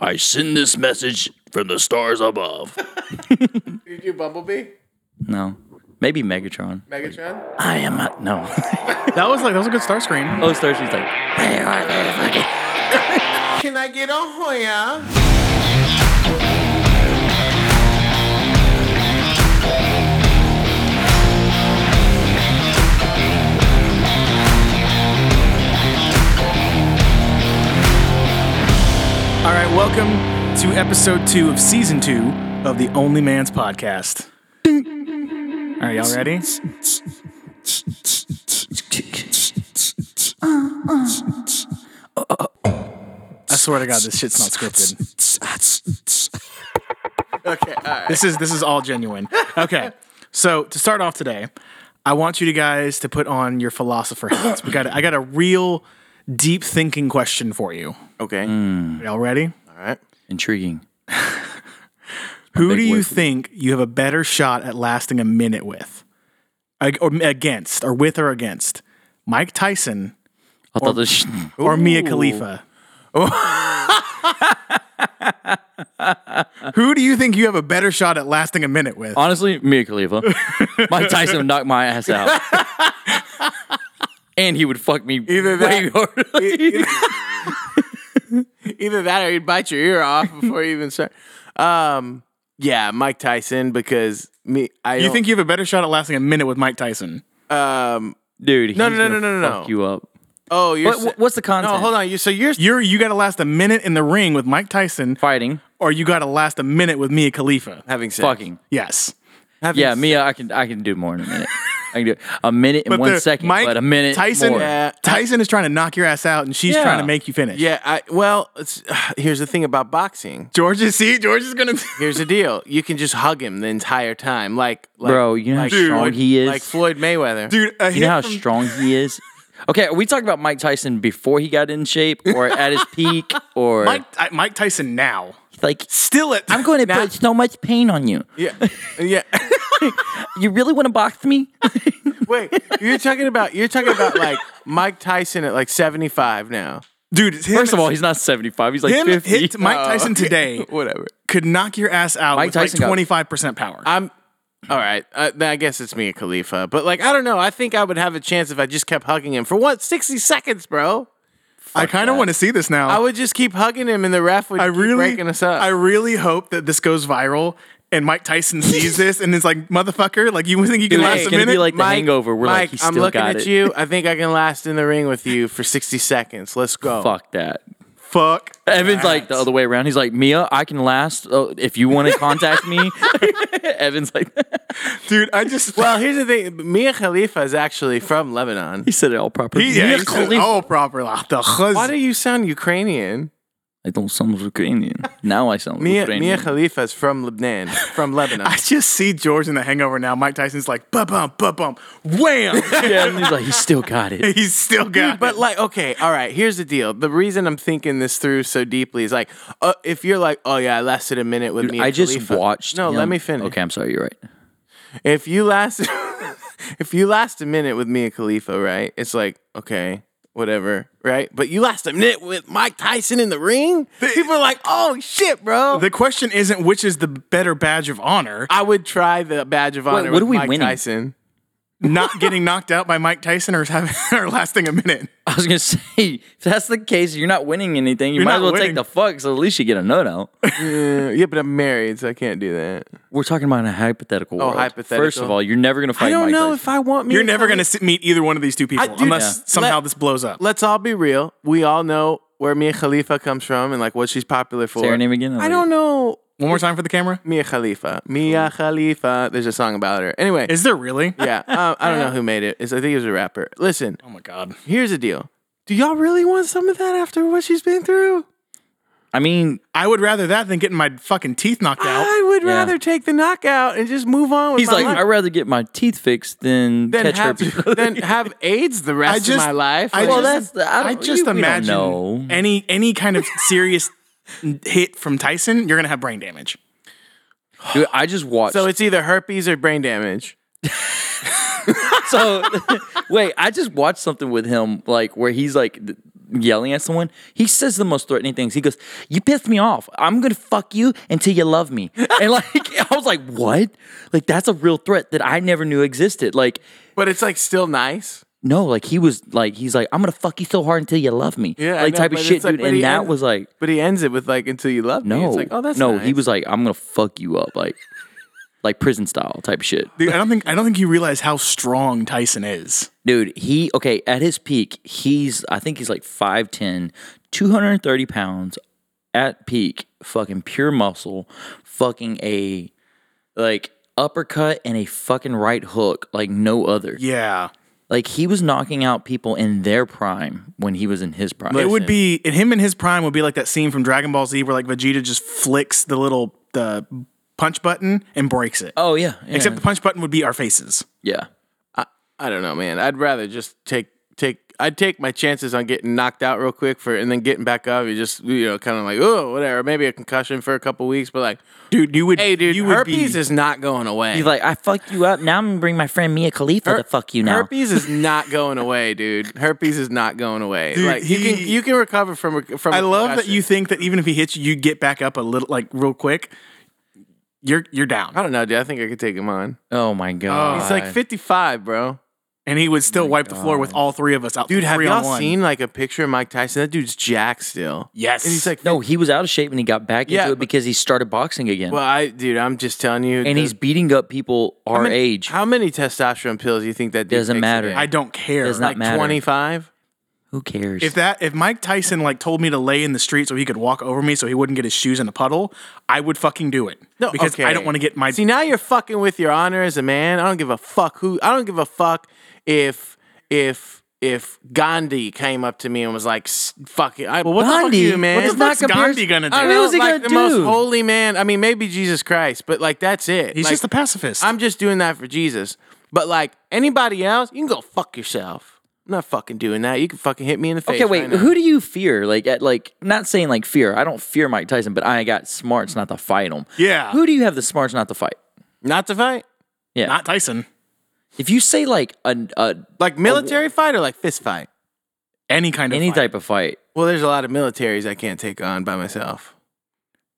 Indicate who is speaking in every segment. Speaker 1: I send this message from the stars above.
Speaker 2: You do Bumblebee?
Speaker 1: No. Maybe Megatron.
Speaker 2: Megatron?
Speaker 1: I am not. No.
Speaker 3: That was like that was a good star screen.
Speaker 1: oh, Star, she's like, they are the fucking.
Speaker 2: Can I get on Hoya?
Speaker 3: All right, welcome to episode two of season two of the Only Man's podcast. Are y'all ready? I swear to God, this shit's not scripted.
Speaker 2: Okay, all right.
Speaker 3: This is this is all genuine. Okay, so to start off today, I want you to guys to put on your philosopher hats. We got I got a real deep thinking question for you.
Speaker 2: Okay.
Speaker 1: Mm.
Speaker 3: Are y'all ready?
Speaker 2: All right.
Speaker 1: Intriguing.
Speaker 3: Who
Speaker 1: big
Speaker 3: do you
Speaker 1: word.
Speaker 3: think you have a better shot at lasting a minute with? Ag- Or against, or with or against? Mike Tyson
Speaker 1: I thought this.
Speaker 3: or Mia Khalifa? Who do you think you have a better shot at lasting a minute with?
Speaker 1: Honestly, Mia Khalifa. Mike Tyson would knock my ass out. and he would fuck me
Speaker 2: Either
Speaker 1: way
Speaker 2: that-
Speaker 1: harder.
Speaker 2: Either that or he'd bite your ear off before you even start. Um, yeah, Mike Tyson, because me, I
Speaker 3: You
Speaker 2: don't-
Speaker 3: think you have a better shot at lasting a minute with Mike Tyson?
Speaker 2: um,
Speaker 1: Dude, he's
Speaker 2: No, no, no,
Speaker 1: gonna
Speaker 2: no, no, no.
Speaker 1: fuck you up.
Speaker 2: oh, you're
Speaker 1: What, what's the content?
Speaker 2: no, hold on, you so you're
Speaker 3: You're you got to last a minute in the ring with Mike Tyson,
Speaker 1: Fighting.
Speaker 3: or you got to last a minute with Mia Khalifa.
Speaker 2: having sex.
Speaker 1: Fucking.
Speaker 3: Yes,
Speaker 2: Having
Speaker 1: Yeah,
Speaker 2: se-
Speaker 1: Mia, I can I can do more in a minute. I can do a minute and one
Speaker 3: the-
Speaker 1: second,
Speaker 3: Mike
Speaker 1: but a minute
Speaker 3: Tyson.
Speaker 1: more.
Speaker 2: Yeah.
Speaker 3: Tyson is trying to knock your ass out, and she's
Speaker 1: Yeah.
Speaker 3: trying to make you finish.
Speaker 2: Yeah, I well, it's, here's the thing about boxing.
Speaker 3: George is see, George is gonna.
Speaker 2: Here's the deal: you can just hug him the entire time, like, like
Speaker 1: Bro, you know how
Speaker 2: like,
Speaker 1: strong he is?
Speaker 2: like Floyd Mayweather.
Speaker 3: dude. A
Speaker 1: You
Speaker 3: hit
Speaker 1: know how
Speaker 3: from-
Speaker 1: strong he is? Okay, are we talking about Mike Tyson before he got in shape or at his peak or
Speaker 3: Mike, I, Mike Tyson now
Speaker 1: like
Speaker 3: still at.
Speaker 1: I'm going to put so much pain on you.
Speaker 2: yeah, yeah.
Speaker 1: You really want to box me?
Speaker 2: Wait, you're talking about you're talking about like Mike Tyson at like 75 now.
Speaker 3: dude. Him,
Speaker 1: First of all, he's not 75. He's like
Speaker 3: him
Speaker 1: 50.
Speaker 3: hit Mike Tyson today
Speaker 2: Whatever.
Speaker 3: could knock your ass out
Speaker 1: Mike
Speaker 3: with
Speaker 1: Tyson got-
Speaker 3: like 25 percent power.
Speaker 2: I'm all right. Uh, then I guess it's Mia Khalifa, but like I don't know. I think I would have a chance if I just kept hugging him for what 60 seconds, bro.
Speaker 3: I kind of want to see this now.
Speaker 2: I would just keep hugging him, and the ref would
Speaker 3: I
Speaker 2: keep
Speaker 3: really
Speaker 2: breaking us up.
Speaker 3: I really hope that this goes viral and Mike Tyson sees this and is like, motherfucker, like you think you can
Speaker 1: Dude,
Speaker 3: last
Speaker 1: it's
Speaker 3: a
Speaker 1: gonna
Speaker 3: minute?
Speaker 1: be like the hangover. We're like,
Speaker 2: Mike,
Speaker 1: he
Speaker 2: I'm
Speaker 1: still
Speaker 2: looking
Speaker 1: got
Speaker 2: at
Speaker 1: it.
Speaker 2: you. I think I can last in the ring with you for 60 seconds. Let's go.
Speaker 1: Fuck that.
Speaker 3: Fuck.
Speaker 1: Evan's like the other way around. He's like, Mia, I can last uh, if you want to contact me. Evan's like,
Speaker 3: dude. I just
Speaker 2: Well, here's the thing. Mia Khalifa is actually from Lebanon.
Speaker 1: he said it all properly.
Speaker 3: He- yeah,
Speaker 1: Mia
Speaker 3: he said
Speaker 1: Khalifa-
Speaker 3: it all proper. Like, the hus-
Speaker 2: Why do you sound Ukrainian?
Speaker 1: I don't sound Ukrainian. Now I sound
Speaker 2: Mia,
Speaker 1: Ukrainian.
Speaker 2: Mia Khalifa is from Lebanon, from Lebanon.
Speaker 3: I just see George in the hangover now. Mike Tyson's like, ba bum, ba bum, wham.
Speaker 1: yeah, and he's like, he still got it.
Speaker 3: He's still got
Speaker 2: but like, okay, all right. Here's the deal. The reason I'm thinking this through so deeply is like, uh, if you're like, oh yeah, I lasted a minute with Mia
Speaker 1: I just
Speaker 2: Khalifa.
Speaker 1: watched.
Speaker 2: No, let
Speaker 1: him-
Speaker 2: me finish.
Speaker 1: Okay, I'm sorry. You're right.
Speaker 2: If you last, if you last a minute with Mia Khalifa, right? It's like, okay, whatever, right? But you last a minute with Mike Tyson in the ring. People are like, oh shit, bro.
Speaker 3: The question isn't which is the better badge of honor,
Speaker 2: I would try the badge of honor
Speaker 1: what
Speaker 2: with
Speaker 1: are we
Speaker 2: Mike
Speaker 1: winning?
Speaker 2: Tyson.
Speaker 3: not getting knocked out by Mike Tyson or having or lasting a minute.
Speaker 1: I was gonna say if that's the case, you're not winning anything. You
Speaker 3: You're
Speaker 1: might as
Speaker 3: not
Speaker 1: well
Speaker 3: winning.
Speaker 1: take the fuck. So at least you get a no no.
Speaker 2: Uh, yeah, but I'm married, so I can't do that.
Speaker 1: We're talking about a hypothetical. world. First of
Speaker 2: Oh, hypothetical.
Speaker 1: all, you're never gonna fight.
Speaker 2: I don't
Speaker 1: Mike
Speaker 2: know
Speaker 1: Tyson.
Speaker 2: if I want. Mia
Speaker 3: You're never going
Speaker 2: Khalifa-
Speaker 3: to meet either one of these two people
Speaker 2: dude,
Speaker 3: unless
Speaker 2: yeah.
Speaker 3: somehow
Speaker 2: let-
Speaker 3: this blows up.
Speaker 2: Let's all be real. We all know where Mia Khalifa comes from and like what she's popular for.
Speaker 1: Say her name again.
Speaker 2: I don't know
Speaker 3: One more time for the camera.
Speaker 2: Mia Khalifa. Mia Khalifa. There's a song about her. Anyway,
Speaker 3: Is there really?
Speaker 2: yeah, um, I don't know who made it. It's, I think it was a rapper. Listen,
Speaker 3: Oh my god.
Speaker 2: here's the deal. Do y'all really want some of that after what she's been through?
Speaker 1: I mean,
Speaker 3: I would rather that than getting my fucking teeth knocked out.
Speaker 2: I would
Speaker 1: Yeah.
Speaker 2: rather take the knockout and just move on. With
Speaker 1: he's
Speaker 2: my
Speaker 1: like,
Speaker 2: life
Speaker 1: I'd rather get my teeth fixed than
Speaker 2: than
Speaker 1: catch
Speaker 2: have,
Speaker 1: herpes.
Speaker 2: than have AIDS the rest
Speaker 3: just-
Speaker 2: of my life.
Speaker 3: I
Speaker 2: Like,
Speaker 1: well,
Speaker 3: just-
Speaker 1: that's the, I,
Speaker 3: I
Speaker 1: don't-
Speaker 3: just
Speaker 1: we- we don't
Speaker 3: imagine
Speaker 1: know.
Speaker 3: any any kind of serious hit from Tyson, you're gonna have brain damage.
Speaker 1: Dude, I just watched.
Speaker 2: so
Speaker 1: So,
Speaker 2: it's either herpes or brain damage.
Speaker 1: wait, I just watched something with him, like where he's like, th- yelling at someone, he says the most threatening things. He goes, "You pissed me off. I'm gonna fuck you until you love me." And like, I was like, "What? Like that's a real threat that I never knew existed." Like,
Speaker 2: But it's like still nice.
Speaker 1: no, like he was like, he's like, "I'm gonna fuck you so hard until you love me."
Speaker 2: Yeah, I
Speaker 1: like
Speaker 2: know,
Speaker 1: type of
Speaker 2: but
Speaker 1: shit,
Speaker 2: it's like-
Speaker 1: dude.
Speaker 2: but
Speaker 1: And
Speaker 2: he
Speaker 1: that
Speaker 2: ends-
Speaker 1: was like,
Speaker 2: But he ends it with like until you love me.
Speaker 1: no,
Speaker 2: It's like, oh that's
Speaker 1: no. He
Speaker 2: nice.
Speaker 1: was like, "I'm gonna fuck you up," like, like prison style type of shit.
Speaker 3: Dude, I don't think I don't think you realize how strong Tyson is.
Speaker 1: Dude, he okay, at his peak, he's I think he's like 5'10, 230 pounds at peak, fucking pure muscle, fucking a like uppercut and a fucking right hook like no other.
Speaker 3: Yeah.
Speaker 1: Like he was knocking out people in their prime when he was in his prime.
Speaker 3: It would be and him in his prime would be like that scene from Dragon Ball Z where like Vegeta just flicks the little the punch button and breaks it.
Speaker 1: Oh yeah. yeah
Speaker 3: Except the punch button would be our faces.
Speaker 1: yeah.
Speaker 2: I don't know, man. I'd rather just take take I'd take my chances on getting knocked out real quick for and then getting back up. You just you know, kinda like, oh, whatever, maybe a concussion for a couple weeks, but like
Speaker 3: Dude, you would
Speaker 2: hey dude,
Speaker 3: you would
Speaker 2: herpes
Speaker 3: be
Speaker 2: is not going away.
Speaker 1: He's like, I fucked you up. Now I'm gonna bring my friend Mia Khalifa to fuck you now.
Speaker 2: Herpes is not going away, dude. Herpes is not going away.
Speaker 3: Dude,
Speaker 2: like you
Speaker 3: he-
Speaker 2: can you can recover from a- from.
Speaker 3: I
Speaker 2: a
Speaker 3: love that
Speaker 2: concussion.
Speaker 3: you think that even if he hits you, you get back up a little like real quick. You're you're
Speaker 2: I
Speaker 3: down.
Speaker 2: don't know, dude. I think I could take him on.
Speaker 1: oh my god.
Speaker 2: He's like 55, bro.
Speaker 3: And he would still wipe the floor with all three of us out.
Speaker 2: Oh Dude, have
Speaker 3: three
Speaker 2: y'all
Speaker 3: on one.
Speaker 2: seen like a picture of Mike Tyson? That dude's jacked still.
Speaker 3: Yes.
Speaker 2: And he's like,
Speaker 1: no, he was out of shape and he got back
Speaker 2: Yeah,
Speaker 1: into it
Speaker 2: but-
Speaker 1: because he started boxing again.
Speaker 2: well, I, dude, I'm just telling you.
Speaker 1: and
Speaker 2: the-
Speaker 1: he's beating up people our
Speaker 2: many-
Speaker 1: age.
Speaker 2: How many testosterone pills do you think that dude
Speaker 1: Doesn't
Speaker 2: takes a
Speaker 1: matter.
Speaker 2: day?
Speaker 3: I don't care.
Speaker 1: Does not
Speaker 3: Like,
Speaker 1: matter.
Speaker 2: 25?
Speaker 1: Who cares?
Speaker 3: If that if Mike Tyson like told me to lay in the street so he could walk over me so he wouldn't get his shoes in a puddle, I would fucking do it.
Speaker 2: No,
Speaker 3: because
Speaker 2: okay.
Speaker 3: I don't want to get my
Speaker 2: See, now you're fucking with your honor as a man. I don't give a fuck who. I don't give a fuck if if if Gandhi came up to me and was like, "S- "Fuck it, I, well, what
Speaker 1: Gandhi,
Speaker 2: the fuck you, man."
Speaker 1: What the
Speaker 3: fuck's
Speaker 1: fuck compares-
Speaker 3: Gandhi gonna do?
Speaker 1: I
Speaker 2: I
Speaker 1: mean,
Speaker 2: don't know,
Speaker 1: what was he
Speaker 2: like
Speaker 1: gonna
Speaker 2: the
Speaker 1: do?
Speaker 2: most holy man. I mean, maybe Jesus Christ, but like that's it.
Speaker 3: He's
Speaker 2: Like,
Speaker 3: just a pacifist.
Speaker 2: I'm just doing that for Jesus. But like anybody else, you can go fuck yourself. I'm not fucking doing that. You can fucking hit me in the face.
Speaker 1: okay, wait.
Speaker 2: right now.
Speaker 1: Who do you fear? Like, at, like, not saying like fear. I don't fear Mike Tyson, but I got smarts not to fight him.
Speaker 3: Yeah.
Speaker 1: Who do you have the smarts not to fight?
Speaker 2: not to fight?
Speaker 1: Yeah.
Speaker 3: not Tyson.
Speaker 1: if you say like a, a
Speaker 2: Like military fight or like fist fight?
Speaker 3: Any kind of
Speaker 1: any
Speaker 3: fight.
Speaker 1: type of fight,
Speaker 2: Well, there's a lot of militaries I can't take on by myself.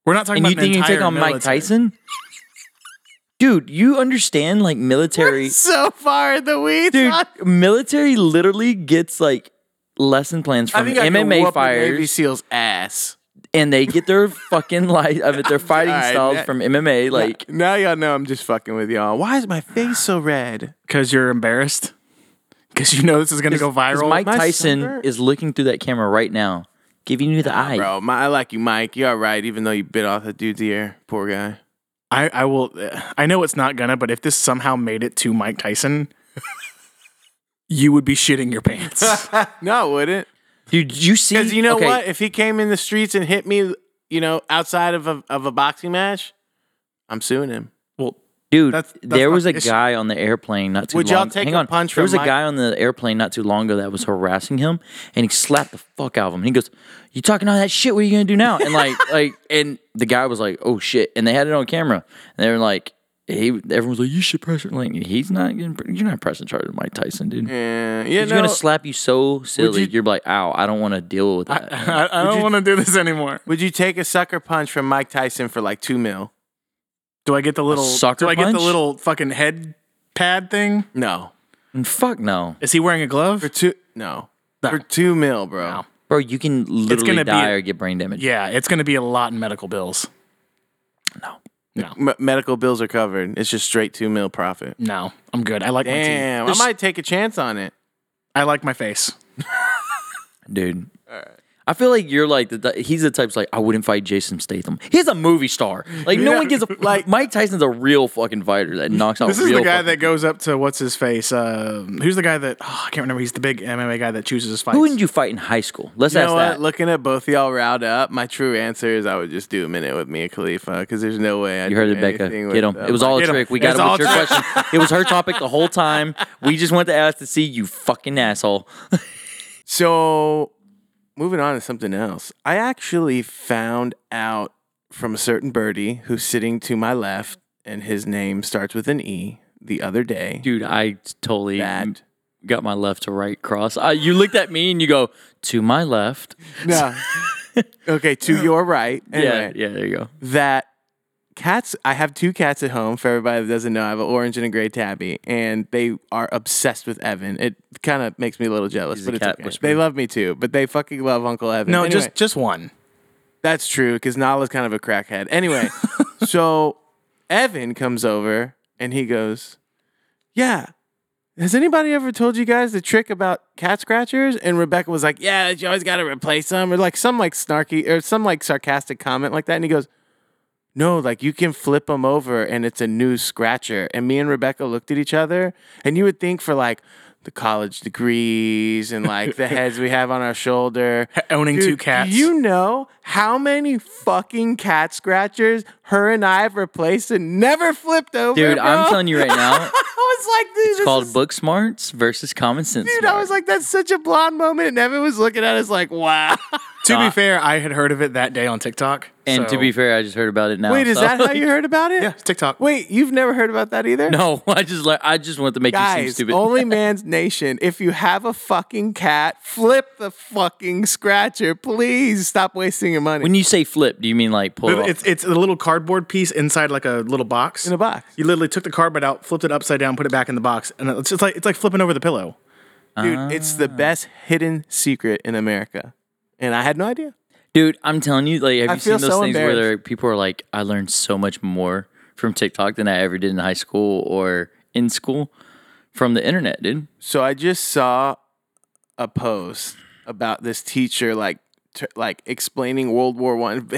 Speaker 3: We're not talking
Speaker 1: and you
Speaker 3: about
Speaker 1: think you can
Speaker 3: an
Speaker 1: take
Speaker 3: entire
Speaker 1: on Mike
Speaker 3: military.
Speaker 1: Tyson, dude, you understand like military,
Speaker 2: So far in the weeds.
Speaker 1: dude,
Speaker 2: I
Speaker 1: military literally gets like lesson plans from
Speaker 2: think I can whoop
Speaker 1: MMA
Speaker 2: a Navy
Speaker 1: fighters,
Speaker 2: SEAL's ass.
Speaker 1: and they get their fucking life of it, their fighting
Speaker 2: Alright,
Speaker 1: styles
Speaker 2: that-
Speaker 1: from MMA. Like,
Speaker 2: Now y'all know I'm just fucking with y'all. Why is my face so red?
Speaker 3: Because you're embarrassed. Because you know this is gonna go
Speaker 1: Because
Speaker 3: viral.
Speaker 1: Mike
Speaker 2: My
Speaker 1: Tyson
Speaker 2: sucker-
Speaker 1: is looking through that camera right now, giving you the eye.
Speaker 2: Bro, my, I like you, Mike. You're all right, even though you bit off that dude's ear. Poor guy.
Speaker 3: I, I will. I know it's not gonna, but if this somehow made it to Mike Tyson, you would be shitting your pants.
Speaker 2: no, I wouldn't.
Speaker 1: Dude, did you see?
Speaker 2: Because you know
Speaker 1: okay,
Speaker 2: what? If he came in the streets and hit me, you know, outside of a, of a boxing match, I'm suing him.
Speaker 3: well,
Speaker 1: dude?
Speaker 3: That's- that's
Speaker 1: there
Speaker 3: not
Speaker 1: was
Speaker 3: the
Speaker 1: a
Speaker 3: issue.
Speaker 1: guy on the airplane not too
Speaker 2: Would
Speaker 1: long.
Speaker 2: y'all take
Speaker 1: Hang
Speaker 2: a
Speaker 1: on.
Speaker 2: punch
Speaker 1: There
Speaker 2: from
Speaker 1: was a
Speaker 2: Mike-
Speaker 1: guy on the airplane not too long ago that was harassing him, and he slapped the fuck out of him. And he goes, "You talking all that shit? What are you gonna do now?" And like, like, and the guy was like, "Oh shit!" And they had it on camera. And they were like, "He." Everyone's like, "You should press." Like, he's not. Getting, you're not pressing charge with Mike Tyson, dude.
Speaker 2: Yeah, you
Speaker 1: He's
Speaker 2: know,
Speaker 1: gonna slap you so silly. You, are like, "Ow, I don't want to deal with that."
Speaker 3: I, I don't want to do this anymore.
Speaker 2: would you take a sucker punch from Mike Tyson for like two mil?
Speaker 3: Do I get the little?
Speaker 1: sucker
Speaker 3: do I get the
Speaker 1: punch?
Speaker 3: little fucking head pad thing?
Speaker 2: No,
Speaker 1: And fuck no.
Speaker 3: Is he wearing a glove?
Speaker 2: for two, no,
Speaker 3: No.
Speaker 2: for two mil, bro.
Speaker 3: No.
Speaker 1: Bro, you can literally
Speaker 3: gonna be-
Speaker 1: die or get brain damage.
Speaker 3: Yeah, it's going to be a lot in medical bills.
Speaker 2: M- medical bills are covered. It's just straight two mil profit.
Speaker 3: No, I'm good. I like my teeth.
Speaker 2: Damn, I might take a chance on it.
Speaker 3: I like my face.
Speaker 1: Dude. I feel like you're like the t- he's the type's like I wouldn't fight Jason Statham. He's a movie star. Like no
Speaker 2: Yeah,
Speaker 1: one gives a like
Speaker 2: like-
Speaker 1: Mike Tyson's a real fucking fighter that knocks out.
Speaker 3: This is
Speaker 1: real
Speaker 3: the guy
Speaker 1: fucking-
Speaker 3: that goes up to what's his face? Um, who's the guy that oh, I can't remember? He's the big MMA guy that chooses his fights.
Speaker 1: who didn't you fight in high school? Let's
Speaker 2: You
Speaker 1: ask
Speaker 2: know what?
Speaker 1: that.
Speaker 2: Looking at both of y'all riled up, my true answer is I would just do a minute with Mia Khalifa because there's no way I
Speaker 1: You heard it, Becca. Get him. It was all a
Speaker 3: Get 'em.
Speaker 1: trick. We got
Speaker 3: It's
Speaker 1: him
Speaker 3: all
Speaker 1: with your
Speaker 3: a trick.
Speaker 1: question. It was her topic the whole time. We just went to ask to see you fucking asshole.
Speaker 2: So, moving on to something else. I actually found out from a certain birdie who's sitting to my left, and his name starts with an E the other day
Speaker 1: Dude, I totally
Speaker 2: that
Speaker 1: got my left to right cross. I, you looked at me and you go to my left.
Speaker 2: No. okay, to your right. Anyway,
Speaker 1: Yeah, yeah. There you go.
Speaker 2: That cats, I have two cats at home for everybody that doesn't know. I have an orange and a gray tabby, and they are obsessed with Evan. It kind of makes me a little jealous,
Speaker 1: He's a
Speaker 2: but it's
Speaker 1: cat
Speaker 2: okay.
Speaker 1: whisperer.
Speaker 2: They love me too, but they fucking love Uncle Evan.
Speaker 3: No,
Speaker 2: Anyway.
Speaker 3: just just one.
Speaker 2: That's true, because Nala's kind of a crackhead. Anyway, so Evan comes over and he goes, Yeah, has anybody ever told you guys the trick about cat scratchers? And Rebecca was like, Yeah, you always got to replace them, or like some like snarky or some like sarcastic comment like that. And he goes, no, like you can flip them over and it's a new scratcher. And me and Rebecca looked at each other, and you would think for like the college degrees and like the heads we have on our shoulder,
Speaker 3: Owning
Speaker 2: Dude,
Speaker 3: two cats.
Speaker 2: Do you know how many fucking cat scratchers her and I have replaced and never flipped over?
Speaker 1: Dude, I'm
Speaker 2: bro?
Speaker 1: telling you right now,
Speaker 2: I was like, dude,
Speaker 1: it's
Speaker 2: this
Speaker 1: called
Speaker 2: is-
Speaker 1: book smarts versus common sense.
Speaker 2: dude, I was like, that's such a blonde moment. And Evan was looking at us like, wow.
Speaker 3: to
Speaker 2: Uh,
Speaker 3: be fair, I had heard of it that day on TikTok.
Speaker 1: and
Speaker 3: so-
Speaker 1: to be fair, I just heard about it now.
Speaker 2: Wait, is
Speaker 1: so-
Speaker 2: that how you heard about it?
Speaker 3: yeah, it's TikTok.
Speaker 2: Wait, you've never heard about that either?
Speaker 1: No, I just like I just wanted to make you seem
Speaker 2: Guys,
Speaker 1: stupid.
Speaker 2: only man's nation. If you have a fucking cat, flip the fucking scratcher. Please stop wasting your money
Speaker 1: when you say flip, do you mean like pull it off?
Speaker 3: It's it's a little cardboard piece inside like a little box.
Speaker 2: in a box.
Speaker 3: You literally took the cardboard out, flipped it upside down, put it back in the box, and it's just like it's like flipping over the pillow.
Speaker 2: Dude, it's
Speaker 1: Ah.
Speaker 2: the best hidden secret in America. And I had no idea.
Speaker 1: Dude, I'm telling you, like, have
Speaker 2: I
Speaker 1: you seen
Speaker 2: feel
Speaker 1: those
Speaker 2: so
Speaker 1: things where
Speaker 2: embarrassed.
Speaker 1: there, people are like, I learned so much more from TikTok than I ever did in high school or in school from the internet, dude?
Speaker 2: So I just saw a post about this teacher like t- like explaining World War 1.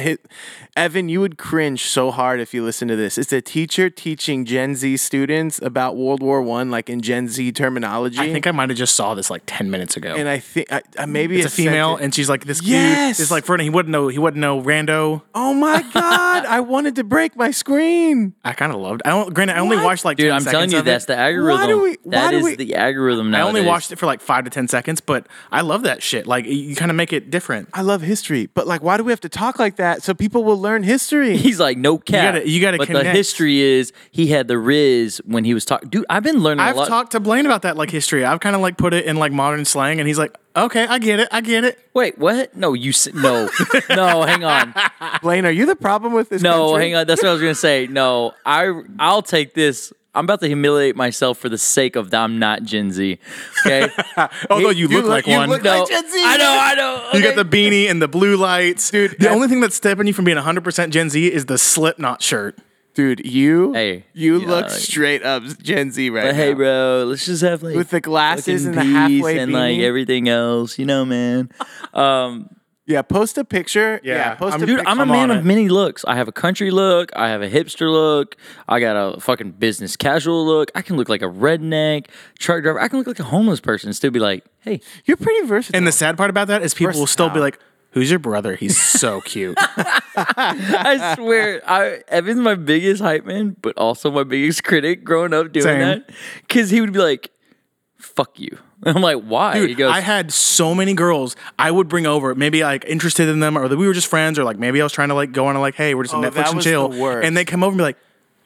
Speaker 2: Evan, you would cringe so hard if you listen to this. It's a teacher teaching Gen Z students about World War 1 like in Gen Z terminology.
Speaker 3: I think I might have just saw this like ten minutes ago.
Speaker 2: and I think I, I maybe
Speaker 3: it's a
Speaker 2: it sent
Speaker 3: female,
Speaker 2: it-
Speaker 3: and she's like this cute.
Speaker 2: Yes!
Speaker 3: It's like Ferdinand. He wouldn't know. He wouldn't know Rando.
Speaker 2: Oh my god, I wanted to break my screen.
Speaker 3: I kind of loved. I don't. Granted, I only
Speaker 2: What?
Speaker 3: watched like.
Speaker 1: Dude,
Speaker 3: 10
Speaker 1: I'm telling
Speaker 3: seconds
Speaker 1: you,
Speaker 3: of it.
Speaker 1: that's the algorithm.
Speaker 2: we- why
Speaker 1: that
Speaker 2: do
Speaker 1: is
Speaker 2: we-
Speaker 1: the algorithm
Speaker 3: I
Speaker 1: now.
Speaker 3: only watched it for like five to ten seconds, but I love that shit. Like you kind of make it different.
Speaker 2: I love history, but like why do we have to talk like that so people will learn history?
Speaker 1: He's like, no cap.
Speaker 3: gotta- you gotta
Speaker 1: But the
Speaker 3: connect.
Speaker 1: history is he had the Riz when he was talking. Dude, I've been learning
Speaker 3: I've
Speaker 1: a lot.
Speaker 3: talked to Blaine about that like history. I've kind of like put it in like modern slang, and he's like, "Okay, I get it. I get it."
Speaker 1: Wait, what? No, you s- no, no. Hang on,
Speaker 2: Blaine, are you the problem with this?
Speaker 1: no,
Speaker 2: country?
Speaker 1: hang on. That's what I was gonna say. No, I I'll take this. I'm about to humiliate myself for the sake of I'm not Gen Z. Okay,
Speaker 3: Although
Speaker 2: you
Speaker 3: you, look,
Speaker 2: look-
Speaker 3: like
Speaker 2: you
Speaker 3: one.
Speaker 2: look
Speaker 1: no,
Speaker 2: Like Gen Z.
Speaker 1: I know, I know.
Speaker 3: You
Speaker 1: okay.
Speaker 3: got the beanie and the blue lights. Dude, the
Speaker 2: that-
Speaker 3: only thing that's stepping you from being 100% Gen Z is the Slipknot shirt.
Speaker 2: dude. You,
Speaker 1: Hey,
Speaker 2: you
Speaker 1: yeah,
Speaker 2: look
Speaker 1: like-
Speaker 2: straight up Gen Z right
Speaker 1: But hey,
Speaker 2: now.
Speaker 1: bro, let's just have like
Speaker 2: With the glasses
Speaker 1: fucking
Speaker 2: and the
Speaker 1: peace
Speaker 2: halfway
Speaker 1: and like
Speaker 2: beanie.
Speaker 1: everything else, you know, man.
Speaker 2: Yeah, post a picture. Yeah,
Speaker 3: Yeah,
Speaker 2: post
Speaker 3: I'm-
Speaker 2: a
Speaker 3: dude,
Speaker 2: picture.
Speaker 1: I'm a
Speaker 3: I'm
Speaker 1: man
Speaker 3: on eh?
Speaker 1: of
Speaker 3: it.
Speaker 1: many looks. I have a country look. I have a hipster look. I got a fucking business casual look. I can look like a redneck truck driver. I can look like a homeless person and still be like, hey,
Speaker 2: You're pretty versatile.
Speaker 3: And the sad part about that is people will still be
Speaker 2: Versatile.
Speaker 3: like, Who's your brother? He's so cute.
Speaker 1: I swear, I Evan's my biggest hype man, but also my biggest critic growing up doing
Speaker 3: Same.
Speaker 1: that. Cause he would be like, fuck you. And I'm like, why? he
Speaker 3: Dude,
Speaker 1: goes,
Speaker 3: I had so many girls I would bring over, maybe like interested in them, or that we were just friends, or like maybe I was trying to like go on a like, hey, we're just on
Speaker 2: Oh, that
Speaker 3: Netflix and
Speaker 2: was
Speaker 3: chill.
Speaker 2: the worst.
Speaker 3: And they come over and be like,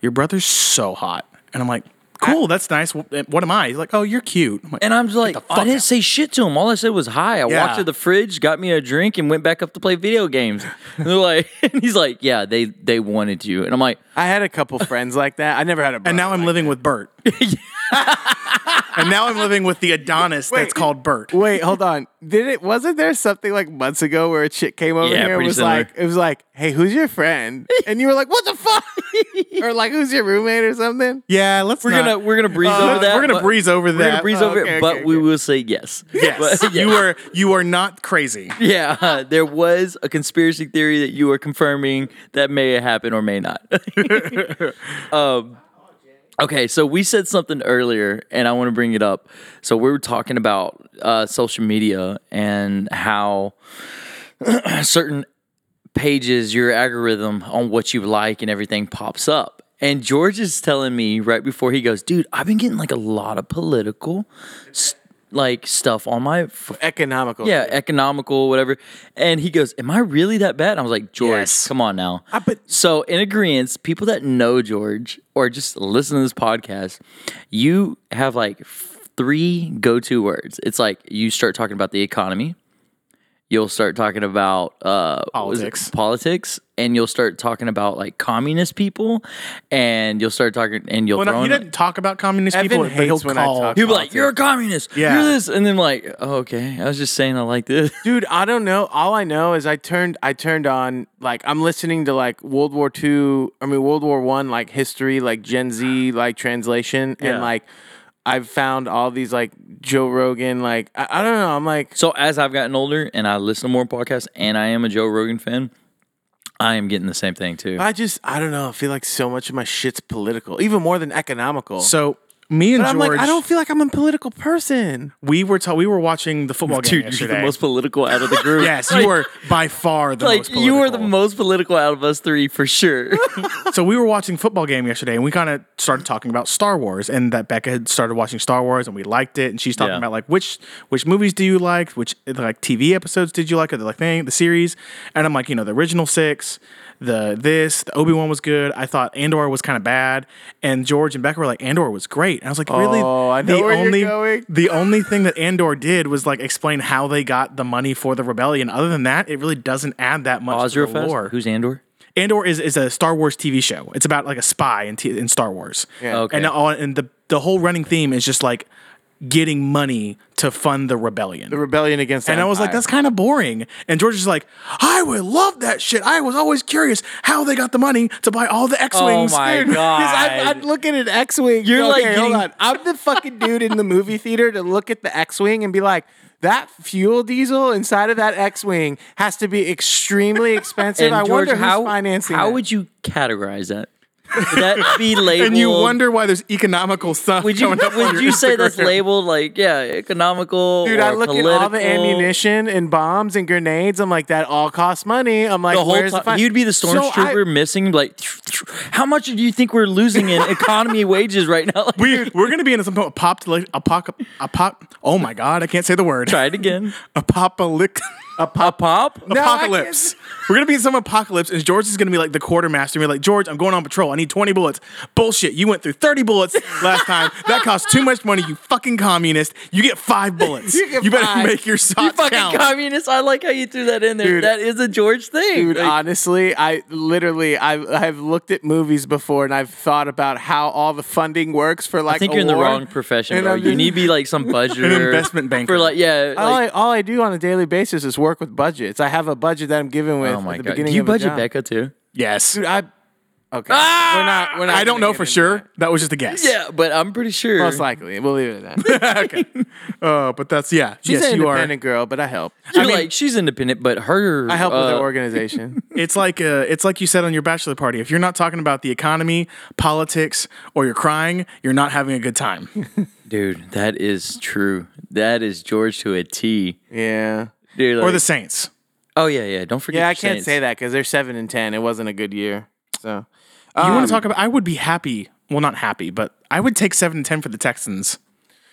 Speaker 3: Your brother's so hot. And I'm like, Cool, that's nice. Wh- What am I? He's like, Oh, you're cute. I'm like,
Speaker 1: and I'm just like,
Speaker 3: the
Speaker 1: I
Speaker 3: fuck
Speaker 1: didn't
Speaker 3: out.
Speaker 1: say shit to him. All I said was hi. I
Speaker 3: Yeah.
Speaker 1: walked to the fridge, got me a drink, and went back up to play video games. And they're like, and he's like, yeah, they they wanted you. And I'm like,
Speaker 2: I had a couple friends like that. I never had a.
Speaker 3: and now I'm living with Bert. and now I'm living with the Adonis that's
Speaker 2: Wait.
Speaker 3: called Bert.
Speaker 2: Wait, hold on. Did it? Wasn't there something like months ago where a chick came over
Speaker 1: Yeah,
Speaker 2: here and
Speaker 1: pretty
Speaker 2: was
Speaker 1: similar.
Speaker 2: like, it was like, hey, who's your friend? And you were like, what the fuck? or like, who's your roommate or something?
Speaker 3: Yeah, let's
Speaker 1: we're
Speaker 3: not-
Speaker 1: gonna we're gonna breeze
Speaker 3: Uh,
Speaker 1: over that.
Speaker 3: We're gonna
Speaker 1: but-
Speaker 3: breeze over that. Uh,
Speaker 1: We're gonna breeze
Speaker 2: Oh,
Speaker 1: over
Speaker 2: okay,
Speaker 1: it, but
Speaker 2: okay,
Speaker 1: we
Speaker 2: okay.
Speaker 1: will say yes.
Speaker 3: Yes,
Speaker 1: But-
Speaker 3: you are you are not crazy.
Speaker 1: Yeah, there was a conspiracy theory that you are confirming that may happen or may not. um, okay, so we said something earlier, and I want to bring it up. So we were talking about uh, social media and how certain pages, your algorithm on what you like and everything pops up. And George is telling me right before he goes, dude, I've been getting like a lot of political, s like stuff on my f-
Speaker 2: Economical.
Speaker 1: yeah, economical, whatever. And he goes, Am I really that bad? And I was like, George,
Speaker 3: Yes.
Speaker 1: come on now.
Speaker 2: I- but-
Speaker 1: so, in agreement, people that know George or just listen to this podcast, you have like f- three go to words. It's like you start talking about the economy, you'll start talking about uh, what was it?
Speaker 3: Politics.
Speaker 1: politics, and you'll start talking about like communist people, and you'll start talking, and you'll
Speaker 3: Well,
Speaker 1: throw
Speaker 3: no, he
Speaker 1: in,
Speaker 3: didn't talk about communist
Speaker 2: Evan
Speaker 3: people, but he'll
Speaker 2: hates when I
Speaker 3: call.
Speaker 2: talk.
Speaker 1: He'll be like, "You're a communist.
Speaker 3: Yeah.
Speaker 1: You're this," and then like, oh, "Okay, I was just saying I like this."
Speaker 2: Dude, I don't know. All I know is I turned I turned on like I'm listening to like World War Two, I mean World War One like history, like Gen Z like translation,
Speaker 3: Yeah.
Speaker 2: and like I've found all these like Joe Rogan like I, I don't know. I'm like
Speaker 1: So as I've gotten older and I listen to more podcasts, and I am a Joe Rogan fan, I am getting the same thing too.
Speaker 2: I just I don't know. I feel like so much of my shit's political, even more than economical.
Speaker 3: So me and
Speaker 2: but I'm
Speaker 3: George,
Speaker 2: like I don't feel like I'm a political person.
Speaker 3: we were ta- we were watching the football game
Speaker 1: Dude, you're
Speaker 3: yesterday.
Speaker 1: the most political out of the group.
Speaker 3: yes, you were by far the
Speaker 1: like
Speaker 3: most.
Speaker 1: you were the
Speaker 3: political.
Speaker 1: most political out of us three for sure.
Speaker 3: so we were watching football game yesterday and we kind of started talking about Star Wars and that Becca had started watching Star Wars and we liked it and she's talking
Speaker 1: Yeah.
Speaker 3: about like which which movies do you like which like TV episodes did you like or the like thing the series and I'm like you know the original 6 the this the Obi-Wan was good I thought Andor was kind of bad and George and Becca were like Andor was great and I was like really
Speaker 2: Oh, I know
Speaker 3: the
Speaker 2: where you're
Speaker 3: only
Speaker 2: going.
Speaker 3: the only thing that Andor did was like explain how they got the money for the rebellion other than that it really doesn't add that much to the lore.
Speaker 1: Ozrafest? Who's Andor?
Speaker 3: Andor is, is a Star Wars TV show. It's about like a spy in, t- in Star Wars.
Speaker 2: Yeah.
Speaker 1: Oh, Okay.
Speaker 3: And, all, and the, the whole running theme is just like getting money to fund the rebellion.
Speaker 2: The rebellion against the
Speaker 3: and I was like,
Speaker 2: empire.
Speaker 3: that's kind of boring. And George is like, I would love that shit. I was always curious how they got the money to buy all the X Wings.
Speaker 1: Oh my
Speaker 2: Dude, 'cause I'm,
Speaker 1: God.
Speaker 2: I'm looking at X Wing.
Speaker 1: You're,
Speaker 2: okay,
Speaker 1: like,
Speaker 2: hold
Speaker 1: getting-
Speaker 2: on. I'm the fucking dude in the movie theater to look at the X Wing and be like, that fuel diesel inside of that X Wing has to be extremely expensive.
Speaker 1: And
Speaker 2: I
Speaker 1: George,
Speaker 2: wonder who's
Speaker 1: how
Speaker 2: financing
Speaker 1: how
Speaker 2: that.
Speaker 1: would you categorize that? Would that be labeled?
Speaker 3: And you wonder why there's economical stuff
Speaker 1: Would you
Speaker 3: going up
Speaker 1: would
Speaker 3: under
Speaker 1: you say that's
Speaker 3: Instagram.
Speaker 1: labeled like yeah economical?
Speaker 2: Dude,
Speaker 1: or
Speaker 2: I look
Speaker 1: political?
Speaker 2: at all the ammunition and bombs and grenades. I'm like, that all costs money. I'm like,
Speaker 1: The whole
Speaker 2: where's the
Speaker 1: time
Speaker 2: fin-
Speaker 1: you'd be the
Speaker 2: So I-
Speaker 1: stormtrooper missing. Like, how much do you think we're losing in economy wages right now? Like,
Speaker 3: We, we're going to be in some apocalyptic, apoc, apoc, oh my God, I can't say the word.
Speaker 1: try it again.
Speaker 3: Apocalyptic.
Speaker 1: A pop, pop.
Speaker 2: No, I
Speaker 3: apocalypse. We're gonna be in some apocalypse, and George is gonna be like the quartermaster. And be like, George, I'm going on patrol. I need 20 bullets. Bullshit. You went through 30 bullets last time. That cost too much money. You fucking communist. You get five bullets.
Speaker 2: You get
Speaker 3: better
Speaker 2: five.
Speaker 3: make your
Speaker 1: You
Speaker 3: shots
Speaker 1: fucking
Speaker 3: count.
Speaker 1: communist! I like how you threw that in there.
Speaker 2: Dude.
Speaker 1: that is a George thing.
Speaker 2: Dude,
Speaker 1: Like,
Speaker 2: honestly, I literally, I, I've looked at movies before, and I've thought about how all the funding works for like.
Speaker 1: I think you're in the
Speaker 2: war.
Speaker 1: wrong profession,
Speaker 2: And
Speaker 1: bro.
Speaker 2: I'm
Speaker 1: You
Speaker 2: just-
Speaker 1: need to be like some budgeter,
Speaker 3: investment banker.
Speaker 1: for like yeah.
Speaker 2: all,
Speaker 1: like-
Speaker 2: I, all I do on a daily basis is work with budgets. I have a budget that I'm given with
Speaker 1: oh my
Speaker 2: at the
Speaker 1: god,
Speaker 2: beginning
Speaker 1: do you
Speaker 2: of a
Speaker 1: budget Ah!
Speaker 2: job.
Speaker 1: Becca too?
Speaker 3: Yes.
Speaker 2: Dude, I okay. We're not. We're not
Speaker 3: I don't
Speaker 2: gonna
Speaker 3: know
Speaker 2: get
Speaker 3: for
Speaker 2: into
Speaker 3: sure.
Speaker 2: that.
Speaker 3: That. was just a guess.
Speaker 1: Yeah, but I'm pretty sure.
Speaker 2: Most likely, we'll leave it at that.
Speaker 3: Uh, but that's yeah.
Speaker 2: She's
Speaker 3: yes,
Speaker 2: an
Speaker 3: you are.
Speaker 2: independent girl, but I help.
Speaker 1: You're like she's independent, but her
Speaker 2: I help with
Speaker 1: uh,
Speaker 2: her organization.
Speaker 3: It's like uh, it's like you said on your bachelor party. If you're not talking about the economy, politics, or you're crying, you're not having a good time.
Speaker 1: dude. That is true. That is George to a T.
Speaker 2: yeah.
Speaker 1: Dude,
Speaker 3: or
Speaker 1: like-
Speaker 3: the Saints.
Speaker 1: oh yeah, yeah. Don't forget.
Speaker 2: Yeah,
Speaker 1: your
Speaker 2: I can't
Speaker 1: Saints.
Speaker 2: say that because they're seven and ten. It wasn't a good year. So
Speaker 3: You
Speaker 2: Um,
Speaker 3: want to talk about? I would be happy. Well, not happy, but I would take seven and ten for the Texans.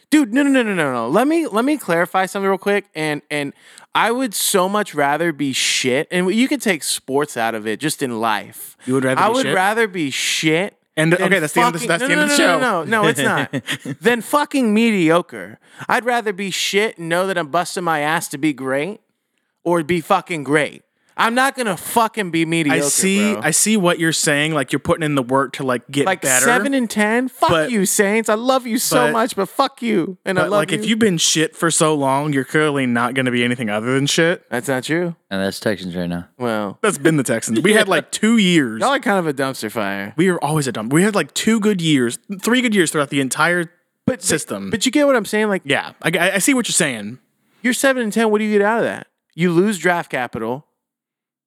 Speaker 2: dude no no no no no no let me let me clarify something real quick and and i would so much rather be shit and you could take sports out of it just in life
Speaker 3: You would rather
Speaker 2: i
Speaker 3: be
Speaker 2: would
Speaker 3: shit?
Speaker 2: rather be shit
Speaker 3: And,
Speaker 2: than
Speaker 3: okay, that's the end of
Speaker 2: fucking-
Speaker 3: this- that's
Speaker 2: no,
Speaker 3: the end
Speaker 2: no,
Speaker 3: of the
Speaker 2: no,
Speaker 3: show.
Speaker 2: No, no, no, it's not. then fucking mediocre. I'd rather be shit and know that I'm busting my ass to be great, or be fucking great. I'm not gonna fucking be mediocre.
Speaker 3: I see.
Speaker 2: bro.
Speaker 3: I see what you're saying. Like you're putting in the work to like get
Speaker 2: like
Speaker 3: better.
Speaker 2: seven and ten. Fuck
Speaker 3: But-
Speaker 2: you, Saints. I love you so
Speaker 3: but-
Speaker 2: much, but fuck you, and I
Speaker 3: but
Speaker 2: love
Speaker 3: like if you've been shit for so long, you're clearly not going to be anything other than shit.
Speaker 2: That's not true.
Speaker 1: And Oh, that's Texans right now.
Speaker 2: Well,
Speaker 3: That's been the Texans. We had like two years.
Speaker 2: Y'all are kind of a dumpster fire.
Speaker 3: We were always a dump. We had like two good years, three good years throughout the entire system.
Speaker 2: But you get what I'm saying? Like,
Speaker 3: yeah, I, I- I see what you're saying.
Speaker 2: you're 7 and 10. What do you get out of that? You lose draft capital,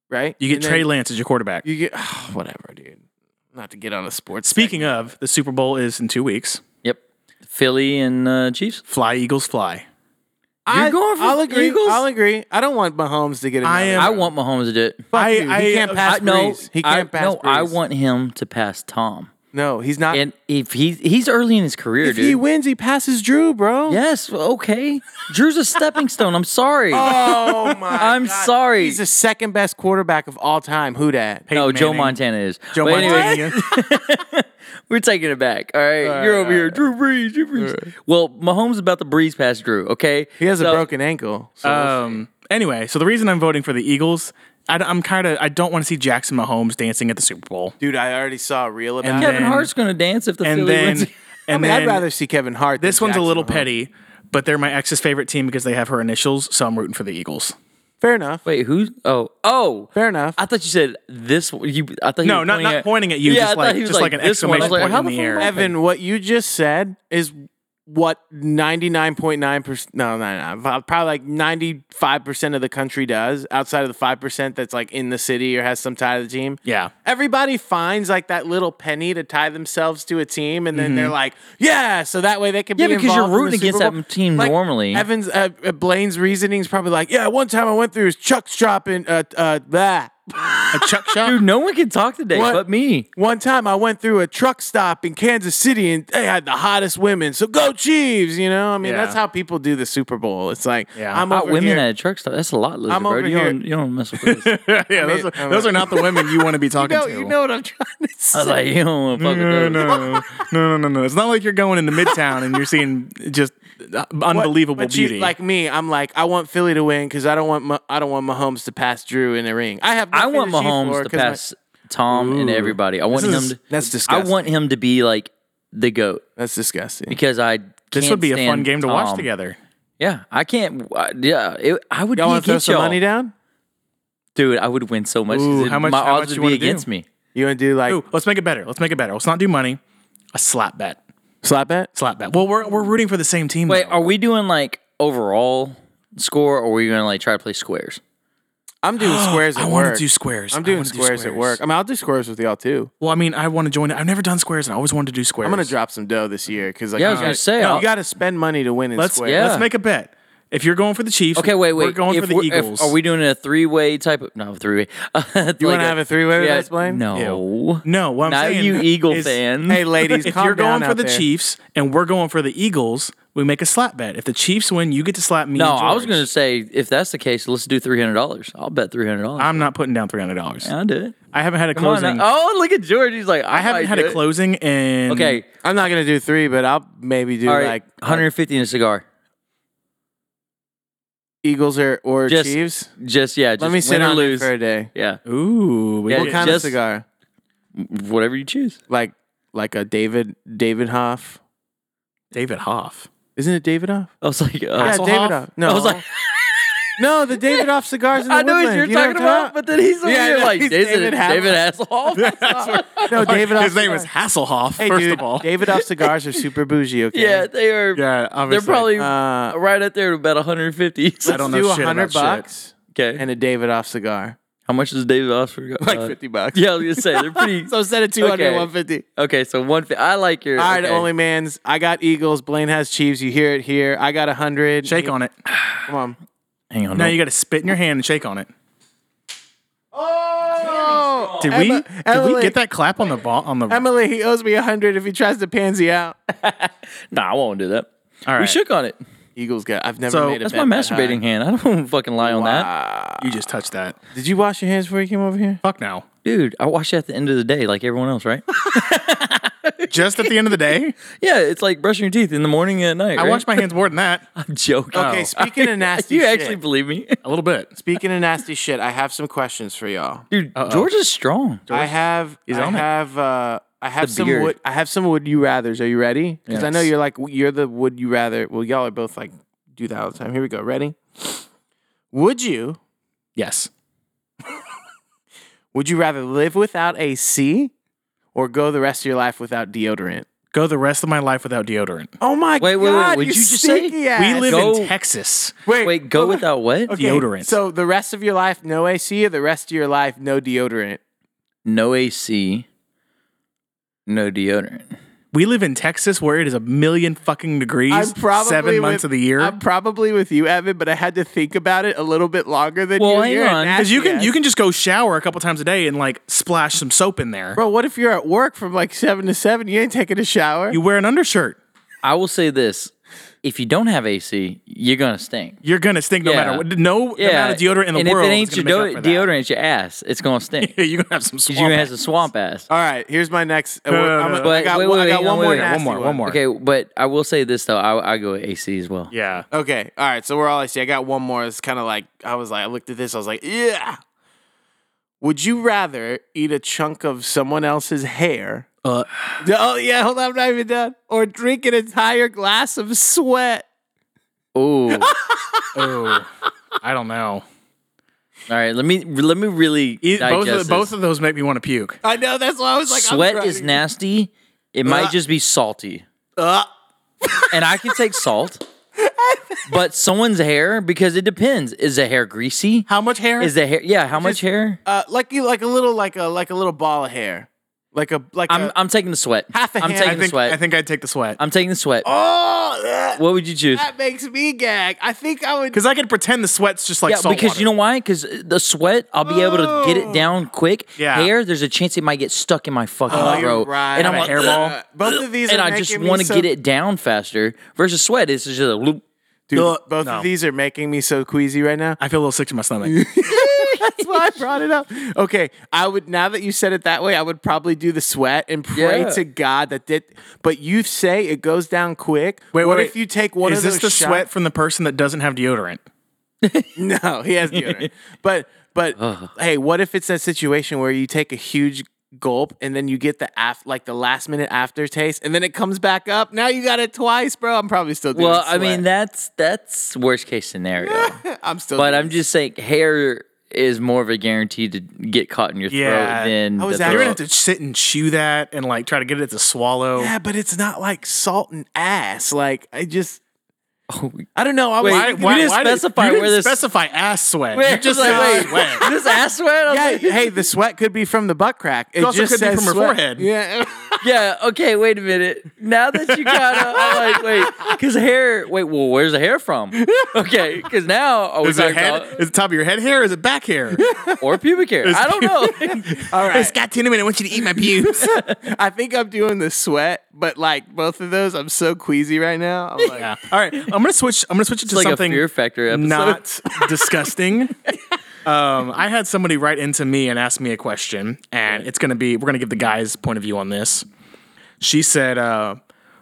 Speaker 2: right?
Speaker 3: You get
Speaker 2: And then
Speaker 3: Trey Lance as your quarterback.
Speaker 2: You get, whatever, dude. Not to get on a sports.
Speaker 3: Speaking of, the Super Bowl is in two weeks.
Speaker 1: Yep. Philly and uh, Chiefs.
Speaker 3: Fly Eagles fly.
Speaker 2: segment.
Speaker 1: you're going for
Speaker 2: I'll agree.
Speaker 1: Eagles?
Speaker 2: I'll agree. I don't want Mahomes to get another.
Speaker 3: I am-
Speaker 1: I want Mahomes to do it.
Speaker 2: Fuck
Speaker 3: I- uh,
Speaker 2: you. he
Speaker 3: I-
Speaker 2: can't pass
Speaker 1: I, no,
Speaker 2: Breeze. He can't
Speaker 1: I,
Speaker 2: pass
Speaker 1: no. I
Speaker 2: Breeze.
Speaker 1: want him to pass Tom.
Speaker 2: No, he's not.
Speaker 1: And if he he's early in his career,
Speaker 2: if
Speaker 1: dude.
Speaker 2: he wins, he passes Drew, bro.
Speaker 1: Yes, okay. Drew's a stepping stone. I'm sorry.
Speaker 2: Oh my.
Speaker 1: I'm
Speaker 2: God.
Speaker 1: sorry.
Speaker 2: He's the second best quarterback of all time. Who dat?
Speaker 1: no, Joe
Speaker 3: Manning.
Speaker 1: Montana is.
Speaker 3: Joe
Speaker 1: But anyway,
Speaker 3: Montana.
Speaker 1: We're taking it back. All right. You're over here. Drew Brees. Drew Brees. Well, Mahomes is about to breeze past Drew, okay?
Speaker 2: He has a
Speaker 1: So-
Speaker 2: broken ankle. So
Speaker 3: Um. Anyway, so the reason I'm voting for the Eagles, I, am kind of I don't want to see Jackson Mahomes dancing at the Super Bowl.
Speaker 2: dude, I already saw a reel about
Speaker 3: And
Speaker 2: it.
Speaker 1: Kevin
Speaker 3: then-
Speaker 1: Hart's going to dance if the
Speaker 3: And
Speaker 1: Philly
Speaker 3: then,
Speaker 1: wins.
Speaker 2: I
Speaker 3: and
Speaker 2: mean,
Speaker 3: then
Speaker 2: I'd rather see Kevin Hart.
Speaker 3: this
Speaker 2: than
Speaker 3: one's a little
Speaker 2: Jackson Mahomes.
Speaker 3: petty, but they're my ex's favorite team because they have her initials, so I'm rooting for the Eagles.
Speaker 2: Fair enough.
Speaker 1: Wait, who? Oh, oh.
Speaker 2: Fair enough.
Speaker 1: I thought you said this. You, I thought you
Speaker 3: No,
Speaker 1: were
Speaker 3: not-
Speaker 1: pointing
Speaker 3: not
Speaker 1: at,
Speaker 3: pointing at you,
Speaker 1: Yeah,
Speaker 3: just
Speaker 1: I thought
Speaker 3: like-
Speaker 1: he was
Speaker 3: just like an
Speaker 1: this one. I was
Speaker 3: exclamation point
Speaker 1: how
Speaker 3: in the
Speaker 1: fuck
Speaker 3: air.
Speaker 1: am I
Speaker 2: Evan, what you just said is what 99.9% no, no, no, probably like 95% of the country does outside of the 5% that's like in the city or has some tie to the team.
Speaker 3: Yeah.
Speaker 2: Everybody finds like that little penny to tie themselves to a team and then they're like, yeah, so that way they can
Speaker 1: Mm-hmm. Yeah,
Speaker 2: be
Speaker 1: because you're
Speaker 2: involved in the
Speaker 1: rooting against
Speaker 2: Super Bowl.
Speaker 1: that team
Speaker 2: Like,
Speaker 1: normally.
Speaker 2: Evan's uh, uh, Blaine's reasoning is probably like, yeah, one time I went through his chuck shop and uh uh that.
Speaker 3: A Uh, Chuck shot.
Speaker 1: Dude, no one can talk today
Speaker 2: What?
Speaker 1: but me.
Speaker 2: One time I went through a truck stop in Kansas City and they had the hottest women. So go Chiefs, you know? I mean,
Speaker 3: Yeah.
Speaker 2: that's how people do the Super Bowl. It's like
Speaker 3: Yeah.
Speaker 2: I'm
Speaker 1: Hot
Speaker 2: over
Speaker 1: women
Speaker 2: here.
Speaker 1: at a truck stop. That's a lot, Lizard,
Speaker 2: I'm
Speaker 1: bro.
Speaker 2: over
Speaker 1: You
Speaker 2: here.
Speaker 1: don't, you don't mess with this.
Speaker 3: yeah, those, are, those are not the women you want to be talking
Speaker 2: no,
Speaker 3: to.
Speaker 2: you know what I'm trying to
Speaker 1: I
Speaker 2: say.
Speaker 1: was like, you don't want to fuck
Speaker 3: No,
Speaker 1: with those.
Speaker 3: no, no, no, no, no. It's not like you're going into Midtown and you're seeing just uh, unbelievable
Speaker 2: But you,
Speaker 3: beauty.
Speaker 2: like me, I'm like I want Philly to win because I don't want Ma- I don't want Mahomes to pass Drew in the ring. I have
Speaker 1: I
Speaker 2: nothing
Speaker 1: want
Speaker 2: to cheer
Speaker 1: Mahomes
Speaker 2: for
Speaker 1: to
Speaker 2: 'cause my-
Speaker 1: pass Tom and everybody. I want
Speaker 3: This
Speaker 1: him.
Speaker 3: is-
Speaker 1: to, I
Speaker 2: that's disgusting.
Speaker 1: want him to be like the goat
Speaker 2: that's disgusting.
Speaker 1: because I.
Speaker 3: this
Speaker 1: can't
Speaker 3: would be a fun
Speaker 1: stand
Speaker 3: game to watch
Speaker 1: Tom.
Speaker 3: together.
Speaker 1: Yeah, I can't. I- yeah, it, I would
Speaker 2: Y'all
Speaker 1: be
Speaker 2: want to throw
Speaker 1: against
Speaker 2: some
Speaker 1: y'all.
Speaker 2: money down?
Speaker 1: dude. I would win so much. 'cause
Speaker 3: Ooh,
Speaker 1: it-
Speaker 3: how much-
Speaker 1: My
Speaker 3: how much
Speaker 1: odds
Speaker 3: you
Speaker 1: would be
Speaker 3: wanna do?
Speaker 1: against me.
Speaker 2: You want to do like
Speaker 3: Ooh, let's make it better. Let's make it better. Let's not do money. A slap bet.
Speaker 2: slap bet?
Speaker 3: Slap bet. Well, we're we're rooting for the same team.
Speaker 1: Wait,
Speaker 3: though.
Speaker 1: are we doing like overall score, or are we gonna like try to play squares?
Speaker 2: I'm doing squares at
Speaker 3: I
Speaker 2: work.
Speaker 3: want to do squares.
Speaker 2: I'm
Speaker 3: I
Speaker 2: doing
Speaker 3: wanna do
Speaker 2: squares at work. I mean, I'll do squares with y'all too.
Speaker 3: Well, I mean, I want to join. I've never done squares, and I always wanted to do squares.
Speaker 2: I'm gonna drop some dough
Speaker 3: Mm-hmm.
Speaker 2: this year because like,
Speaker 1: Yeah, I
Speaker 2: you
Speaker 1: was gonna
Speaker 2: gotta-
Speaker 1: say,
Speaker 2: no,
Speaker 1: I'll-
Speaker 2: you got to spend money to win in
Speaker 3: Let's
Speaker 2: squares.
Speaker 1: Yeah.
Speaker 3: let's make a bet. If you're going for the Chiefs,
Speaker 1: Okay, wait, wait.
Speaker 3: We're going
Speaker 1: if
Speaker 3: for the
Speaker 1: we're- if-
Speaker 3: Eagles.
Speaker 1: are we doing a three-way type of no three-way? you want
Speaker 2: wanna have a three-way with us, Blaine?
Speaker 1: No,
Speaker 3: No, what I'm
Speaker 1: not
Speaker 3: saying
Speaker 1: you, Eagle
Speaker 3: is-
Speaker 1: fans.
Speaker 2: Hey, ladies,
Speaker 3: if
Speaker 2: calm
Speaker 3: you're
Speaker 2: down
Speaker 3: going for
Speaker 2: out
Speaker 3: the
Speaker 2: there.
Speaker 3: Chiefs and we're going for the Eagles, we make a slap bet. If the Chiefs win, you get to slap me.
Speaker 1: no,
Speaker 3: and
Speaker 1: I was
Speaker 3: George.
Speaker 1: gonna say if that's the case, let's do three hundred dollars. I'll bet three hundred dollars.
Speaker 3: I'm not putting down three hundred dollars.
Speaker 1: I'll do it.
Speaker 3: I haven't had a
Speaker 1: Come on
Speaker 3: closing.
Speaker 2: uh,
Speaker 1: now. oh, look at George. He's like,
Speaker 3: I haven't had a
Speaker 1: close.
Speaker 3: closing in.
Speaker 1: Okay,
Speaker 2: I'm not gonna do three, but I'll maybe do
Speaker 1: all right.
Speaker 2: like uh,
Speaker 1: 150 in a cigar.
Speaker 2: Eagles or, or
Speaker 1: Just-
Speaker 2: Chiefs.
Speaker 1: Just yeah. Just
Speaker 2: Let me sit
Speaker 1: win or
Speaker 2: on it
Speaker 1: lose.
Speaker 2: for a day.
Speaker 1: Yeah,
Speaker 3: Ooh, we
Speaker 1: Yeah,
Speaker 3: did-
Speaker 2: What kind
Speaker 1: just-
Speaker 2: of cigar?
Speaker 1: whatever you choose.
Speaker 2: Like like a David David Hoff.
Speaker 3: David Hoff.
Speaker 2: Isn't it David Hoff?
Speaker 1: I was like, uh,
Speaker 2: yeah, David Hoff. No,
Speaker 1: I was like,
Speaker 2: no, the David Hoff cigars. In the
Speaker 1: I know what
Speaker 2: Woodland.
Speaker 1: you're
Speaker 2: You know
Speaker 1: talking
Speaker 2: what I'm
Speaker 1: about, but then he's over
Speaker 2: Yeah, I
Speaker 1: here
Speaker 2: know,
Speaker 1: like
Speaker 2: he's
Speaker 1: David,
Speaker 2: David Hasselhoff.
Speaker 1: David Hasselhoff.
Speaker 2: No, David Hoff.
Speaker 3: His name is
Speaker 2: cigars.
Speaker 3: Hasselhoff.
Speaker 2: Hey,
Speaker 3: first
Speaker 2: dude,
Speaker 3: of all,
Speaker 2: David Hoff cigars are super bougie. Okay.
Speaker 1: yeah, they are.
Speaker 3: yeah,
Speaker 1: they're
Speaker 3: obviously.
Speaker 1: probably
Speaker 2: Uh,
Speaker 1: right up there to about 150.
Speaker 3: I don't know
Speaker 2: do
Speaker 3: shit
Speaker 2: a
Speaker 3: about
Speaker 2: hundred
Speaker 3: shit.
Speaker 2: bucks
Speaker 1: okay,
Speaker 2: and a David Hoff cigar.
Speaker 1: how much does David Oscar got?
Speaker 2: Like
Speaker 1: Uh,
Speaker 2: fifty bucks.
Speaker 1: Yeah, I was gonna say they're pretty.
Speaker 2: So instead of 200,
Speaker 1: Okay.
Speaker 2: 150.
Speaker 1: okay, so 150. I like your.
Speaker 2: All right,
Speaker 1: okay.
Speaker 2: only man's. I got Eagles. Blaine has Chiefs. You hear it here. I got a hundred.
Speaker 3: shake on it.
Speaker 2: Come on.
Speaker 1: Hang on.
Speaker 3: Now you got to spit in your hand and shake on it.
Speaker 2: Oh,
Speaker 3: Did we?
Speaker 2: Emma-
Speaker 3: Did we
Speaker 2: Emily-
Speaker 3: get that clap on the ball? On the
Speaker 2: Emily, he owes me a hundred if he tries to pansy out.
Speaker 1: no, I won't do that.
Speaker 3: All right.
Speaker 1: We shook on it.
Speaker 2: Eagles got. I've never
Speaker 3: So,
Speaker 2: made a
Speaker 1: That's my
Speaker 2: bet that
Speaker 1: masturbating hand. I don't want to fucking lie on that,
Speaker 2: high.
Speaker 3: You just touched that.
Speaker 2: Did you wash your hands before you came over here?
Speaker 3: Fuck now.
Speaker 1: dude. I wash it at the end of the day, like everyone else, right?
Speaker 3: Just at the end of the day,
Speaker 1: yeah, it's like brushing your teeth in the morning and at night.
Speaker 3: I
Speaker 1: right?
Speaker 3: wash my hands more than that.
Speaker 1: I'm joking.
Speaker 2: Okay, speaking of nasty
Speaker 1: Oh. you
Speaker 2: shit.
Speaker 1: actually believe me,
Speaker 3: A little bit.
Speaker 2: Speaking of nasty shit, I have some questions for y'all.
Speaker 1: dude? George is strong.
Speaker 2: I have. I
Speaker 3: on it.
Speaker 2: have. Uh, I have
Speaker 1: The
Speaker 2: some
Speaker 1: beard.
Speaker 2: would. I have some would you rather's. Are you ready? Because I know
Speaker 1: Yes.
Speaker 2: you're like you're the would you rather. Well, y'all are both like do that all the time. Here we go. Ready? Would you?
Speaker 3: Yes.
Speaker 2: Would you rather live without AC or go the rest of your life without deodorant?
Speaker 3: Go the rest of my life without deodorant.
Speaker 2: Oh my
Speaker 1: Wait,
Speaker 2: god!
Speaker 1: wait, wait, would you
Speaker 2: you,
Speaker 1: just say-
Speaker 2: stinky ass.
Speaker 3: We live
Speaker 1: Go-
Speaker 3: in Texas.
Speaker 1: Wait, go without what?
Speaker 2: okay,
Speaker 3: deodorant.
Speaker 2: So the rest of your life no AC, or the rest of your life no deodorant.
Speaker 1: No AC, no deodorant.
Speaker 3: We live in Texas where it is a million fucking degrees seven
Speaker 2: with-
Speaker 3: months of the year.
Speaker 2: I'm probably with you, Evan, but I had to think about it a little bit longer than
Speaker 1: Well,
Speaker 2: you.
Speaker 1: hang
Speaker 2: You're a
Speaker 1: on, 'cause
Speaker 3: because you
Speaker 2: nasty
Speaker 3: can
Speaker 2: ass.
Speaker 3: you can just go shower a couple times a day and like splash some soap in there.
Speaker 2: Bro, what if you're at work from like seven to seven? You ain't taking a shower.
Speaker 3: You wear an undershirt.
Speaker 1: I will say this: if you don't have AC, you're gonna stink.
Speaker 3: You're gonna stink no
Speaker 1: Yeah.
Speaker 3: matter what. No no amount of deodorant in the
Speaker 1: and
Speaker 3: world.
Speaker 1: if it
Speaker 3: is
Speaker 1: ain't your
Speaker 3: gonna make
Speaker 1: do-
Speaker 3: up for that.
Speaker 1: deodorant, it's your ass. It's gonna stink.
Speaker 3: Yeah, you're gonna have some
Speaker 1: 'Cause
Speaker 3: swamp.
Speaker 1: you're gonna have some
Speaker 3: ass.
Speaker 1: swamp ass.
Speaker 2: All right, here's my next. uh,
Speaker 3: no,
Speaker 2: I'm-
Speaker 3: no,
Speaker 2: I'm-
Speaker 3: no.
Speaker 2: I
Speaker 1: But
Speaker 2: got,
Speaker 1: wait,
Speaker 2: one- I
Speaker 1: wait,
Speaker 2: got
Speaker 1: wait,
Speaker 2: one
Speaker 1: wait,
Speaker 2: more.
Speaker 1: wait,
Speaker 2: nasty
Speaker 3: one more, one more.
Speaker 1: Okay, but I will say this though. I I go with AC as well.
Speaker 3: Yeah.
Speaker 2: Okay. All right. So we're all I see. I got one more. It's kind of like I was like I looked at this. I was like, yeah. Would you rather eat a chunk of someone else's hair?
Speaker 3: Uh,
Speaker 2: Oh yeah. Hold on. I'm not even done. Or drink an entire glass of sweat.
Speaker 1: Oh, all
Speaker 3: oh, I don't know.
Speaker 1: right. Let me let me really
Speaker 3: E- both
Speaker 1: digest
Speaker 3: of,
Speaker 1: this.
Speaker 3: both of those make me want to puke.
Speaker 2: I know. That's why I was like, I'm
Speaker 1: Sweat
Speaker 2: trying
Speaker 1: is
Speaker 2: to-
Speaker 1: nasty. It might
Speaker 2: Uh.
Speaker 1: just be salty,
Speaker 2: Uh,
Speaker 1: and I can take salt. But someone's hair, because it depends. Is the hair greasy?
Speaker 3: How much hair?
Speaker 1: Is the hair? Yeah, how much hair?
Speaker 2: uh, like you, like a little, like a, like a little ball of hair, like a, like
Speaker 1: I'm
Speaker 2: a.
Speaker 1: I'm taking the sweat.
Speaker 2: Half a
Speaker 1: I'm
Speaker 2: hand,
Speaker 1: taking
Speaker 3: I
Speaker 1: the
Speaker 3: think
Speaker 1: sweat. Um,
Speaker 3: I think I'd take the sweat
Speaker 1: I'm taking the sweat.
Speaker 2: oh, ugh,
Speaker 1: What would you choose?
Speaker 2: that makes me gag. I think I would.
Speaker 3: because I could pretend the sweat's just like
Speaker 1: Yeah,
Speaker 3: salt
Speaker 1: because
Speaker 3: water.
Speaker 1: you know why? Because the sweat, I'll be able to
Speaker 2: Oh.
Speaker 1: get it down quick.
Speaker 3: Yeah.
Speaker 1: Hair, there's a chance it might get stuck in my fucking
Speaker 2: Oh, you're
Speaker 1: throat,
Speaker 2: right.
Speaker 1: and I'm
Speaker 2: Have
Speaker 1: like,
Speaker 2: a hairball.
Speaker 1: "Ugh,
Speaker 2: Both of
Speaker 1: ugh,"
Speaker 2: these
Speaker 1: and
Speaker 2: are
Speaker 1: I just
Speaker 2: making me
Speaker 1: wanna
Speaker 2: so-
Speaker 1: get it down faster. Versus sweat, it's just a loop.
Speaker 2: Dude,
Speaker 3: Ugh,
Speaker 2: both
Speaker 3: no.
Speaker 2: of these are making me so queasy right now.
Speaker 3: I feel a little sick to my stomach.
Speaker 2: That's why I brought it up. Okay, I would now that you said it that way, I would probably do the sweat and pray
Speaker 1: Yeah.
Speaker 2: to God that did. But you say it goes down quick. what if you take one
Speaker 3: Is
Speaker 2: of
Speaker 3: this
Speaker 2: those
Speaker 3: the
Speaker 2: shots-
Speaker 3: sweat from the person that doesn't have deodorant?
Speaker 2: No, he has deodorant. but but
Speaker 1: Uh-huh.
Speaker 2: hey, what if it's that situation where you take a huge gulp and then you get the af- like the last minute aftertaste and then it comes back up. Now you got it twice, bro. I'm probably still doing
Speaker 1: Well, I mean,
Speaker 2: sweat.
Speaker 1: that's that's worst case scenario.
Speaker 2: I'm still
Speaker 1: But
Speaker 2: doing
Speaker 1: I'm just saying, hair is more of a guarantee to get caught in your
Speaker 3: Yeah.
Speaker 1: throat than
Speaker 2: I was
Speaker 1: the
Speaker 2: at-
Speaker 3: You're gonna
Speaker 1: throat.
Speaker 3: have to sit and chew that and like try to get it to swallow.
Speaker 2: Yeah, but it's not like salt and ass. Like I just,
Speaker 1: Oh, we-
Speaker 2: I don't know. I
Speaker 1: Wait,
Speaker 2: was
Speaker 1: we didn't specify
Speaker 3: you didn't
Speaker 1: where this-
Speaker 3: specify ass sweat.
Speaker 1: Wait,
Speaker 3: you just
Speaker 1: like,
Speaker 3: said
Speaker 1: wait,
Speaker 3: sweat.
Speaker 1: this ass sweat? I was
Speaker 2: yeah,
Speaker 1: like,
Speaker 2: hey, the sweat could be from the butt crack. It,
Speaker 3: also
Speaker 2: just
Speaker 3: could be
Speaker 2: says
Speaker 3: from her
Speaker 2: sweat.
Speaker 3: forehead.
Speaker 2: Yeah,
Speaker 1: Yeah. Okay. Wait a minute. Now that you kind of, I'm like, wait, because hair. Wait. Well, where's the hair from? Okay. Because now are we
Speaker 3: Is it
Speaker 1: talking
Speaker 3: head?
Speaker 1: about
Speaker 3: Is it top of your head hair? Or is it back hair?
Speaker 1: or pubic hair? I don't know.
Speaker 2: all right.
Speaker 3: Scott Tinneman, I want you to eat my pubes.
Speaker 2: I think I'm doing the sweat, but like both of those, I'm so queasy right now. I'm like,
Speaker 3: yeah. All right. I'm gonna switch. I'm gonna switch it to
Speaker 1: like a
Speaker 3: something
Speaker 1: Fear Factor episode.
Speaker 3: not disgusting. Um, I had somebody write into me and ask me a question, and it's gonna be we're gonna give the guys' point of view on this. She said, uh,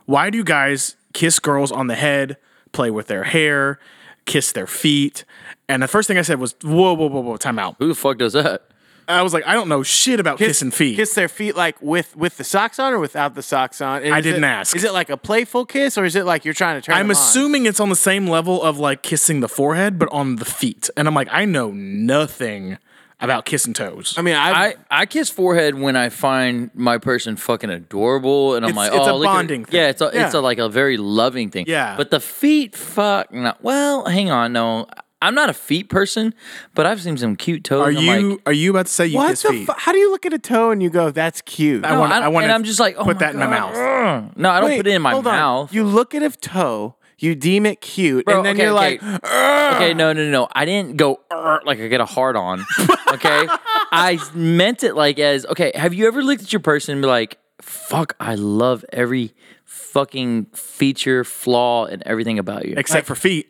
Speaker 3: "Why do guys kiss girls on the head, play with their hair, kiss their feet?" And the first thing I said was, "Whoa, whoa, whoa, whoa, time out."
Speaker 1: Who the fuck does that?
Speaker 3: I was like, "I don't know shit about kissing feet."
Speaker 2: Kiss their feet like with with the socks on or without the socks on. And
Speaker 3: I
Speaker 2: is
Speaker 3: didn't
Speaker 2: it-
Speaker 3: ask.
Speaker 2: Is it like a playful kiss or is it like you're trying to turn?
Speaker 3: I'm
Speaker 2: them on?
Speaker 3: assuming it's on the same level of like kissing the forehead, but on the feet. And I'm like, I know nothing about kissing toes.
Speaker 2: I mean, I,
Speaker 1: I, I kiss forehead when I find my person fucking adorable, and I'm
Speaker 3: It's-
Speaker 1: like,
Speaker 3: it's
Speaker 1: oh,
Speaker 3: a
Speaker 1: look at-
Speaker 3: bonding thing.
Speaker 1: Yeah, it's a, it's
Speaker 3: Yeah.
Speaker 1: a, like a very loving thing.
Speaker 3: Yeah.
Speaker 1: but the feet, fuck. No, well, hang on. No, I'm not a feet person, but I've seen some cute toes.
Speaker 3: are
Speaker 1: and I'm
Speaker 3: you
Speaker 1: like,
Speaker 3: are you about to say you
Speaker 2: what
Speaker 3: kiss
Speaker 2: the?
Speaker 3: feet?
Speaker 2: Fu- how do you look at a toe and you go, "That's cute"?
Speaker 3: I want.
Speaker 1: I don't-
Speaker 3: I want.
Speaker 1: and I'm just like, oh
Speaker 3: put
Speaker 1: my
Speaker 3: that in my
Speaker 1: God.
Speaker 3: mouth.
Speaker 1: no, I don't
Speaker 2: Wait,
Speaker 1: put it in my
Speaker 2: hold on.
Speaker 1: mouth.
Speaker 2: You look at a toe, you deem it cute,
Speaker 1: Bro,
Speaker 2: and then
Speaker 1: okay,
Speaker 2: you're
Speaker 1: okay.
Speaker 2: like, "Ugh."
Speaker 1: Okay, no, no, no. I didn't go "Arr," like I get a hard on. Okay, I meant it like as okay. Have you ever looked at your person and be like, "Fuck, I love every fucking feature, flaw, and everything about you."
Speaker 3: Except for feet.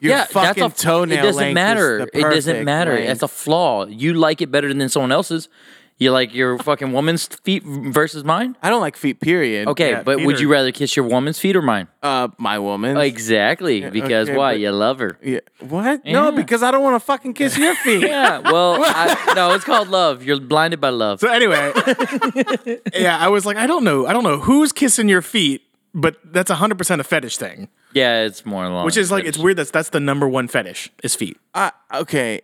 Speaker 2: your
Speaker 1: yeah,
Speaker 2: fucking
Speaker 1: that's a,
Speaker 2: toenail
Speaker 1: It doesn't
Speaker 2: length is
Speaker 1: matter.
Speaker 2: the
Speaker 1: It doesn't
Speaker 2: perfect
Speaker 1: matter.
Speaker 2: length.
Speaker 1: It's a flaw. You like it better than someone else's. You like your fucking woman's feet versus mine.
Speaker 2: I don't like feet. Period.
Speaker 1: Okay,
Speaker 3: Yeah,
Speaker 1: but
Speaker 3: feet
Speaker 1: would
Speaker 3: are-
Speaker 1: you rather kiss your woman's feet or mine?
Speaker 2: Uh, my woman.
Speaker 1: Exactly, because
Speaker 2: okay,
Speaker 1: why?
Speaker 2: but-
Speaker 1: You love her.
Speaker 2: Yeah. What? No, because I don't want to fucking kiss your feet.
Speaker 1: Yeah, well, I, no, it's called love. You're blinded by love.
Speaker 3: So anyway, yeah, I was like, I don't know, I don't know who's kissing your feet, but that's hundred percent a fetish thing,
Speaker 1: Yeah, it's more long.
Speaker 3: which is like it's weird. That's that's the number one fetish is feet.
Speaker 2: I, okay.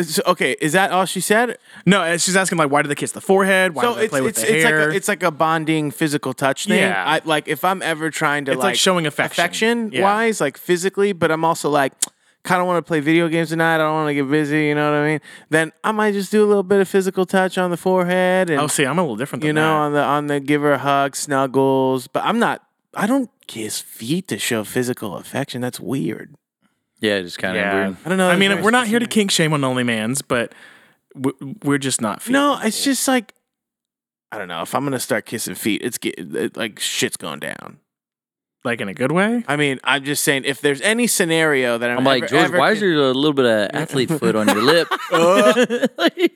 Speaker 2: So, okay, is that all she said?
Speaker 3: No, and she's asking like, why do they kiss the forehead? Why
Speaker 2: So
Speaker 3: do they
Speaker 2: it's
Speaker 3: play with
Speaker 2: it's,
Speaker 3: the
Speaker 2: it's like
Speaker 3: hair?
Speaker 2: a, it's like a bonding physical touch thing.
Speaker 3: Yeah.
Speaker 2: I, like if I'm ever trying to
Speaker 3: It's like showing affection. Yeah.
Speaker 2: wise, like physically, but I'm also like kind of want to play video games tonight. I don't want to get busy. You know what I mean? Then I might just do a little bit of physical touch on the forehead and
Speaker 3: oh, see, I'm a little different. Than
Speaker 2: you know
Speaker 3: that.
Speaker 2: on the on the give her a hug, snuggles. But I'm not. I don't kiss feet to show physical affection. That's weird.
Speaker 1: yeah, it's kind of weird.
Speaker 2: I don't know.
Speaker 3: I mean,
Speaker 2: That's
Speaker 3: we're not
Speaker 2: racist.
Speaker 3: here to kink shame on OnlyMans, but w- we're just not feet.
Speaker 2: No, it's just like I don't know. If I'm gonna start kissing feet, it's get it, like shit's going down.
Speaker 3: like in a good way.
Speaker 2: I mean, I'm just saying, if there's any scenario that I'm,
Speaker 1: I'm like,
Speaker 2: ever-
Speaker 1: George,
Speaker 2: ever Uh,
Speaker 1: why
Speaker 2: con-
Speaker 1: is there a little bit of athlete foot on your lip?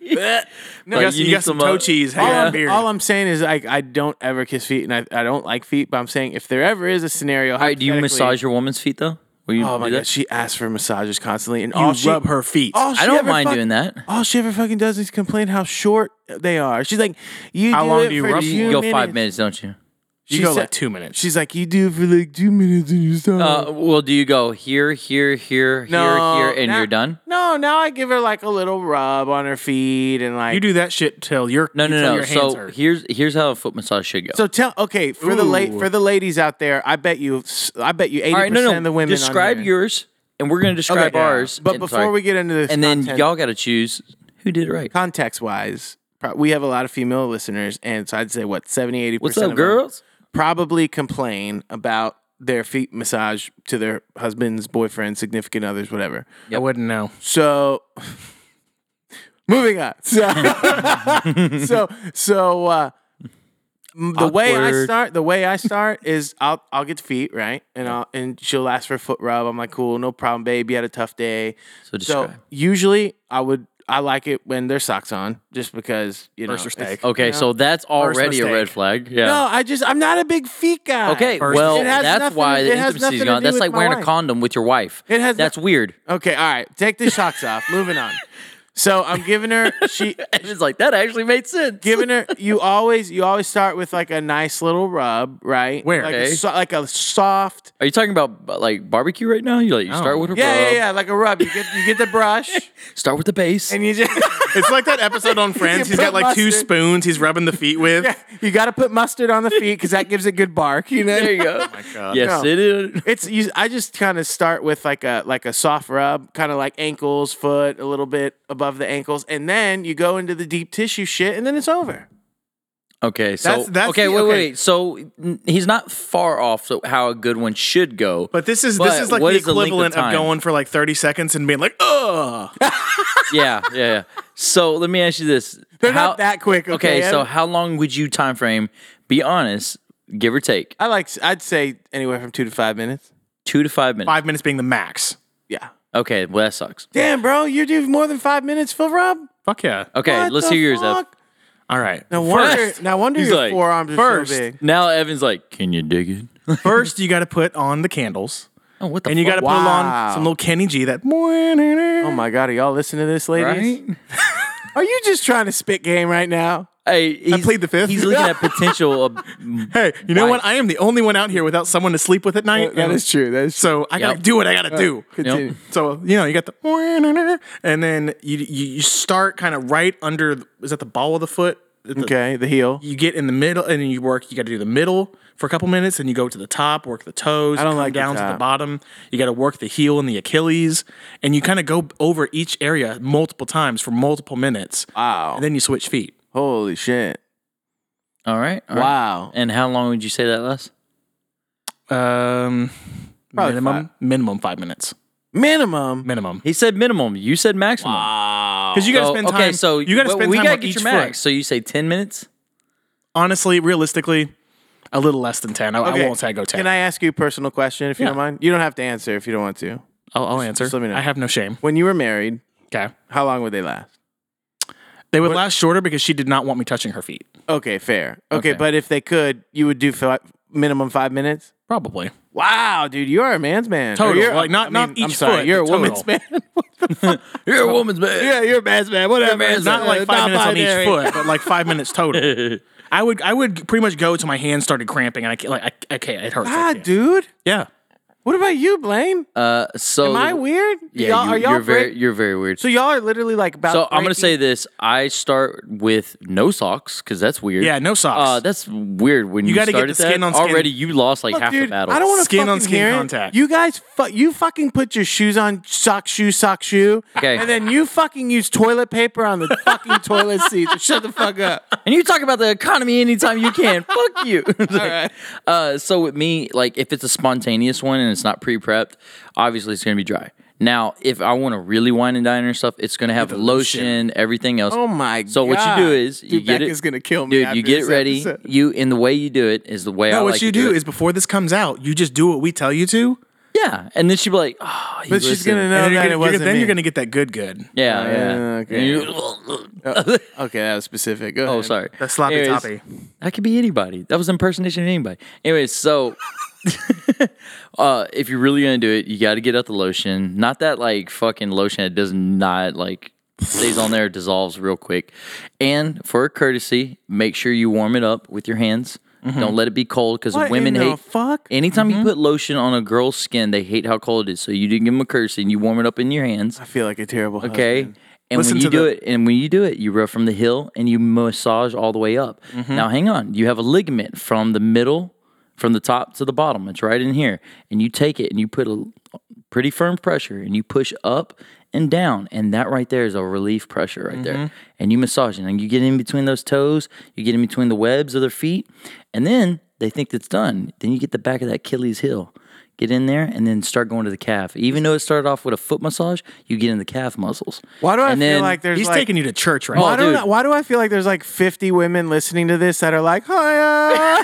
Speaker 3: No, you got,
Speaker 1: you
Speaker 3: you
Speaker 1: need
Speaker 3: got some
Speaker 1: some, uh,
Speaker 3: toe cheese
Speaker 2: Uh, all,
Speaker 3: hanging out
Speaker 2: I'm,
Speaker 3: here.
Speaker 2: all I'm saying is I, I don't ever kiss feet and I, I don't like feet, but I'm saying if there ever is a scenario,
Speaker 1: All right, do you
Speaker 2: hypothetically-
Speaker 1: massage your woman's feet though? Will you
Speaker 2: Oh
Speaker 1: do
Speaker 2: my
Speaker 1: that?
Speaker 2: god, she asks for massages constantly, and all
Speaker 3: you
Speaker 2: she,
Speaker 3: rub her feet.
Speaker 2: all she
Speaker 1: I don't
Speaker 2: ever
Speaker 1: mind
Speaker 2: fuck-
Speaker 1: doing that.
Speaker 2: All she ever fucking does is complain how short they are. She's like, you
Speaker 3: How
Speaker 2: do
Speaker 3: long
Speaker 2: it
Speaker 3: do you
Speaker 2: for
Speaker 3: rub-
Speaker 2: two
Speaker 1: You go five
Speaker 2: minutes.
Speaker 1: minutes, don't you?
Speaker 3: you
Speaker 2: she
Speaker 3: go
Speaker 2: said-
Speaker 3: like two minutes.
Speaker 2: She's like, you do it for like two minutes and you stop.
Speaker 1: Uh, well, do you go here, here, here, here, here, and
Speaker 2: now-
Speaker 1: you're done?
Speaker 2: No, now I give her like a little rub on her feet and like
Speaker 3: you do that shit till your
Speaker 1: No, no,
Speaker 3: till
Speaker 1: no.
Speaker 3: Your hands
Speaker 1: So
Speaker 3: hurt.
Speaker 1: here's here's how a foot massage should go.
Speaker 2: So tell okay for the late
Speaker 3: Ooh.
Speaker 2: for the ladies out there. I bet you, I bet you eighty
Speaker 1: All right,
Speaker 2: percent
Speaker 1: no, no.
Speaker 2: of the women. on
Speaker 1: describe
Speaker 2: here-
Speaker 1: yours, and we're gonna
Speaker 2: Okay,
Speaker 1: describe
Speaker 2: yeah.
Speaker 1: ours.
Speaker 2: But
Speaker 1: and-
Speaker 2: before
Speaker 1: sorry.
Speaker 2: we get into this,
Speaker 1: and then
Speaker 2: content,
Speaker 1: y'all got to choose who did it right.
Speaker 2: context wise, we have a lot of female listeners, and so I'd say what 70 80
Speaker 1: What's
Speaker 2: percent
Speaker 1: up, girls?
Speaker 2: probably complain about their feet massage to their husbands, boyfriends, significant others, whatever.
Speaker 3: I wouldn't know.
Speaker 2: So moving on. So so, so uh, m- the way I
Speaker 1: Awkward.
Speaker 2: start, the way I start is I'll I'll get feet right, and I'll and she'll ask for a foot rub. I'm like, cool, no problem, babe. You had a tough day.
Speaker 1: So describe.
Speaker 2: So usually I would I like it when there's socks on, just because you know.
Speaker 3: First
Speaker 2: it's-
Speaker 3: mistake.
Speaker 1: okay, so that's already a
Speaker 3: mistake.
Speaker 1: red flag. Yeah.
Speaker 2: No, I just I'm not a big feet guy.
Speaker 1: Okay,
Speaker 3: First
Speaker 1: well,
Speaker 3: mistake. It
Speaker 2: has
Speaker 1: that's
Speaker 2: nothing-
Speaker 1: why the
Speaker 2: it has
Speaker 1: intimacy's
Speaker 2: nothing to
Speaker 1: gone.
Speaker 2: do
Speaker 1: That's
Speaker 2: with
Speaker 1: like
Speaker 2: my
Speaker 1: wearing a
Speaker 2: wife.
Speaker 1: condom with your wife.
Speaker 2: It has no-
Speaker 1: That's weird.
Speaker 2: Okay, all right. Take the socks off. Moving on. So I'm giving her she
Speaker 1: And it's like that actually made sense.
Speaker 2: giving her you always you always start with like a nice little rub, right?
Speaker 3: Where?
Speaker 2: Like,
Speaker 1: Okay.
Speaker 2: a, so, like a soft
Speaker 1: Are you talking about uh, like barbecue right now? You like you start with a
Speaker 2: Oh. yeah,
Speaker 1: rub,
Speaker 2: yeah, yeah, like a rub. You get you get the brush
Speaker 1: start with the base.
Speaker 2: and you just
Speaker 3: It's like that episode on Friends.
Speaker 2: You
Speaker 3: He's got
Speaker 2: put
Speaker 3: like two
Speaker 2: mustard.
Speaker 3: spoons. He's rubbing the feet with.
Speaker 2: you got to put mustard on the feet because that gives it good bark, you know.
Speaker 1: there you go.
Speaker 3: God.
Speaker 1: yes,
Speaker 2: Oh No.
Speaker 1: it is.
Speaker 2: It's you, I just kind of start with like a like a soft rub, kind of like ankles, foot, a little bit above the ankles, and then you go into the deep tissue shit, and then it's over.
Speaker 1: Okay, so
Speaker 3: That's- that's
Speaker 1: okay,
Speaker 3: the-
Speaker 1: wait,
Speaker 3: okay.
Speaker 1: wait. So n- he's not far off so how a good one should go.
Speaker 3: But this is
Speaker 1: But
Speaker 3: this is like
Speaker 1: what
Speaker 3: the
Speaker 1: is the length of
Speaker 3: equivalent of,
Speaker 1: time?
Speaker 3: going for like thirty seconds and being like, ugh.
Speaker 1: yeah, yeah, yeah. So let me ask you this:
Speaker 2: They're not that quick, okay?
Speaker 1: so how long would you time frame? Be honest, give or take
Speaker 2: I like I'd say anywhere from two to five minutes.
Speaker 1: two to five minutes.
Speaker 3: Five minutes being the max.
Speaker 2: Yeah.
Speaker 1: Okay, well that sucks.
Speaker 2: Damn, bro, you do more than five minutes, Phil Rob.
Speaker 3: Fuck yeah.
Speaker 1: Okay,
Speaker 2: What
Speaker 1: let's
Speaker 2: the
Speaker 1: hear yours. Ev.
Speaker 2: fuck?
Speaker 3: All right.
Speaker 2: No wonder.
Speaker 1: First.
Speaker 2: No wonder
Speaker 1: He's
Speaker 2: your
Speaker 1: like,
Speaker 2: forearms are
Speaker 3: first.
Speaker 2: so big.
Speaker 1: Now Evan's like, can you dig it?
Speaker 3: First, you got to put on the candles,
Speaker 1: oh, what the?
Speaker 3: and you got
Speaker 1: fuck?
Speaker 3: to put on
Speaker 2: Wow.
Speaker 3: some little Kenny G. That.
Speaker 2: Oh my god, are y'all listening to this, ladies?
Speaker 1: right.
Speaker 2: Are you just trying to spit game right now?
Speaker 1: Hey, he's-
Speaker 3: plead the fifth.
Speaker 1: He's looking at potential. Of, mm,
Speaker 3: Hey, you know
Speaker 1: Why?
Speaker 3: what? I am the only one out here without someone to sleep with at night.
Speaker 2: That
Speaker 3: and
Speaker 2: is true. That is true.
Speaker 3: So I gotta
Speaker 1: Oh, Yep.
Speaker 3: do what I gotta do.
Speaker 2: Continue.
Speaker 3: So you know you got the and then you you, you start kind of right under the- is that the ball of the foot? The-
Speaker 2: Okay, the heel.
Speaker 3: You get in the middle and then you work. You got to do the middle for a couple minutes, and you go to the top, work the toes. I
Speaker 2: don't like the
Speaker 3: down to the
Speaker 2: top.
Speaker 3: bottom. You got to work the heel and the Achilles, and you kind of go over each area multiple times for multiple minutes.
Speaker 2: Wow.
Speaker 3: And then you switch feet.
Speaker 2: Holy shit.
Speaker 1: all right. all right.
Speaker 2: Wow.
Speaker 1: And how long would you say that lasts?
Speaker 3: Um,
Speaker 2: Probably
Speaker 3: minimum minimum five minutes
Speaker 2: Minimum.
Speaker 3: minimum
Speaker 1: He said minimum. You said maximum.
Speaker 2: Wow.
Speaker 3: because you got to
Speaker 1: So,
Speaker 3: spend time.
Speaker 1: Okay, so
Speaker 3: you got to
Speaker 1: well,
Speaker 3: spend
Speaker 1: we
Speaker 3: time
Speaker 1: gotta
Speaker 3: on
Speaker 1: get
Speaker 3: each
Speaker 1: your
Speaker 3: foot.
Speaker 1: max. So you say ten minutes.
Speaker 3: honestly, realistically, a little less than 10. I, I
Speaker 2: Okay.
Speaker 3: won't say go 10.
Speaker 2: Can I ask you a personal question if you
Speaker 3: Yeah.
Speaker 2: don't mind? You don't have to answer if you don't want to.
Speaker 3: I'll, I'll answer.
Speaker 2: just let me know.
Speaker 3: I have no shame.
Speaker 2: When you were married,
Speaker 3: Okay.
Speaker 2: how long would they last?
Speaker 3: They would last shorter because she did not want me touching her feet.
Speaker 2: Okay, fair. Okay,
Speaker 1: Okay.
Speaker 2: but if they could, you would do fi- minimum five minutes.
Speaker 3: Probably.
Speaker 2: Wow, dude, you are a man's man. Or
Speaker 3: Total,
Speaker 2: you're-
Speaker 3: like, not-
Speaker 2: I
Speaker 3: not
Speaker 2: I'm
Speaker 3: each
Speaker 2: sorry,
Speaker 3: foot,
Speaker 2: You're a
Speaker 3: but total.
Speaker 2: woman's man.
Speaker 1: You're a woman's man.
Speaker 2: yeah, you're a man's man. Whatever.
Speaker 1: man's
Speaker 2: It's
Speaker 1: man.
Speaker 3: Not like
Speaker 2: uh,
Speaker 3: five minutes on
Speaker 2: binary.
Speaker 3: each foot, but like five minutes total. I would I would pretty much go to my hands started cramping and I can't, like I, I can't it hurts. I
Speaker 2: Ah,
Speaker 3: can't.
Speaker 2: dude.
Speaker 3: Yeah.
Speaker 2: What about you, Blaine?
Speaker 1: Uh, so
Speaker 2: Am I weird?
Speaker 1: Yeah,
Speaker 2: y'all,
Speaker 1: you,
Speaker 2: are y'all
Speaker 1: are very
Speaker 2: break-
Speaker 1: you're very weird.
Speaker 2: so y'all are literally like about.
Speaker 1: So I'm gonna
Speaker 2: breaking-
Speaker 1: say this. I start with no socks because that's weird.
Speaker 3: Yeah, no
Speaker 1: Uh,
Speaker 3: socks.
Speaker 1: that's weird. When you,
Speaker 3: gotta get
Speaker 1: started
Speaker 3: the skin
Speaker 1: that,
Speaker 3: on skin.
Speaker 1: already, you lost like
Speaker 2: Look,
Speaker 1: half
Speaker 2: dude,
Speaker 1: the battle.
Speaker 2: I don't want to
Speaker 3: Skin on skin contact.
Speaker 2: You guys, fu- you fucking put your shoes on sock shoe sock shoe,
Speaker 1: Okay.
Speaker 2: and then you fucking use toilet paper on the fucking toilet seat. Shut the fuck up.
Speaker 1: and you talk about the economy anytime you can. Fuck you.
Speaker 2: right.
Speaker 1: uh, so with me, like if it's a spontaneous one and it's not pre-prepped, obviously it's gonna be dry. Now, if I want to really wine and dine and stuff, it's gonna have lotion, everything else.
Speaker 2: Oh my
Speaker 1: So what you
Speaker 2: God.
Speaker 1: do is you
Speaker 2: Dude,
Speaker 1: get it.
Speaker 2: Becca's gonna kill me
Speaker 1: dude.
Speaker 2: after
Speaker 1: You get
Speaker 2: this
Speaker 1: it ready.
Speaker 2: episode.
Speaker 1: You and the way you do it is the way I
Speaker 3: No, what
Speaker 1: like
Speaker 3: you
Speaker 1: to do,
Speaker 3: do
Speaker 1: it.
Speaker 3: is before this comes out, you just do what we tell you to.
Speaker 1: yeah, and then she'd be like, oh,
Speaker 2: But she's gonna know
Speaker 3: and then you're
Speaker 2: that it
Speaker 3: gonna- you're gonna-
Speaker 2: wasn't
Speaker 3: then
Speaker 2: me.
Speaker 3: you're gonna get that good good.
Speaker 1: yeah,
Speaker 2: Uh,
Speaker 1: yeah.
Speaker 2: okay.
Speaker 1: And you-
Speaker 2: Okay, that was specific. Go
Speaker 1: oh,
Speaker 2: ahead.
Speaker 1: sorry.
Speaker 3: That sloppy
Speaker 1: Anyways,
Speaker 3: toppy.
Speaker 1: That could be anybody. That was impersonation of anybody. Anyways, so uh, if you're really gonna do it, you got to get out the lotion. Not that like fucking lotion that does not like stays on there, it dissolves real quick. And for a courtesy, make sure you warm it up with your hands.
Speaker 3: Mm-hmm.
Speaker 1: Don't let it be cold because
Speaker 2: What
Speaker 1: women
Speaker 2: in the
Speaker 1: hate.
Speaker 2: fuck?
Speaker 1: Anytime you put lotion on a girl's skin, they hate how cold it is. So you didn't give them a courtesy, and you warm it up in your hands.
Speaker 2: I feel like a terrible.
Speaker 1: Okay.
Speaker 2: husband.
Speaker 1: And
Speaker 3: Listen
Speaker 1: when you
Speaker 3: to
Speaker 1: do
Speaker 3: the-
Speaker 1: it, and when you do it, you rub from the heel and you massage all the way up.
Speaker 2: Mm-hmm.
Speaker 1: Now, hang on. You have a ligament from the middle, from the top to the bottom. It's right in here. And you take it and you put a pretty firm pressure and you push up and down. And that right there is a relief pressure right
Speaker 2: Mm-hmm.
Speaker 1: there. And you massage it. And you get in between those toes, you get in between the webs of their feet. And then they think it's done. Then you get the back of that Achilles heel get in there and then start going to the calf. Even though it started off with a foot massage, you get in the calf muscles.
Speaker 2: Why do I
Speaker 1: And
Speaker 2: feel
Speaker 1: then-
Speaker 2: like there's
Speaker 3: He's
Speaker 2: like,
Speaker 3: taking you to church right
Speaker 1: Oh,
Speaker 2: Why,
Speaker 3: now.
Speaker 1: dude.
Speaker 2: don't I- why do I feel like there's like 50 women listening to this that are like, hiya?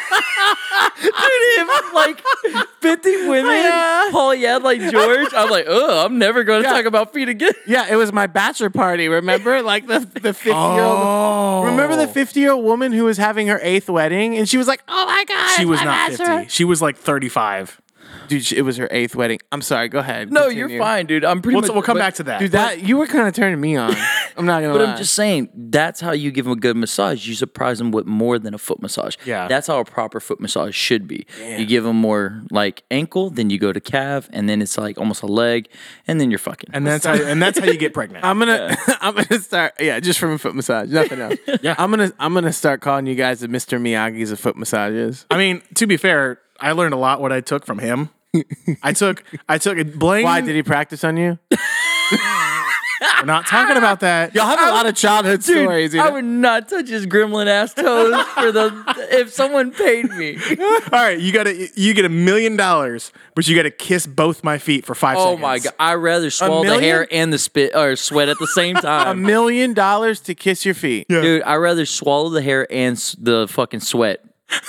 Speaker 1: Dude, if, like 50 women,
Speaker 2: Yeah.
Speaker 1: Paul, yeah, like George. I'm like, oh, I'm never going to talk about feet again.
Speaker 2: yeah, it was my bachelor party. Remember, like the the 50 year old.
Speaker 3: Oh.
Speaker 2: Remember the 50 year old woman who was having her eighth wedding, and she was like, oh my god,
Speaker 3: She
Speaker 2: it's
Speaker 3: was
Speaker 2: my
Speaker 3: not
Speaker 2: bachelor."
Speaker 3: fifty. She was like thirty-five.
Speaker 2: Dude, she- it was her eighth wedding. I'm sorry. Go ahead.
Speaker 1: No,
Speaker 2: Continue.
Speaker 1: you're fine, dude. I'm pretty
Speaker 3: We'll,
Speaker 1: much.
Speaker 3: we'll come
Speaker 1: but-
Speaker 3: back to that.
Speaker 2: Dude, that you were kind of turning me on. I'm not gonna.
Speaker 1: But
Speaker 2: lie.
Speaker 1: I'm just saying, that's how you give them a good massage. You surprise them with more than a foot massage.
Speaker 3: Yeah.
Speaker 1: That's how a proper foot massage should be. You give them more like ankle, then you go to calf, and then it's like almost a leg, and then you're fucking.
Speaker 3: and that's how and that's how you get pregnant.
Speaker 2: I'm gonna I'm gonna start yeah, just from a foot massage, nothing else.
Speaker 3: Yeah.
Speaker 2: I'm gonna I'm gonna start calling you guys the Mr. Miyagi's of foot massages.
Speaker 3: I mean, to be fair, I learned a lot what I took from him. I took I took Blaine.
Speaker 1: Mm.
Speaker 2: Why did he practice on you?
Speaker 3: We're not talking about that.
Speaker 2: Y'all have a lot of childhood stories. you
Speaker 1: I
Speaker 2: know?
Speaker 1: would not touch his gremlin ass toes for the if someone paid me.
Speaker 3: All right, you got to you get a million dollars, but you got to kiss both my feet for five
Speaker 1: Oh
Speaker 3: seconds.
Speaker 1: my god! I would rather swallow the hair
Speaker 2: million?
Speaker 1: and the spit or sweat at the same
Speaker 2: a
Speaker 1: time,
Speaker 2: million dollars to kiss your feet.
Speaker 1: dude. I would rather swallow the hair and s- the fucking sweat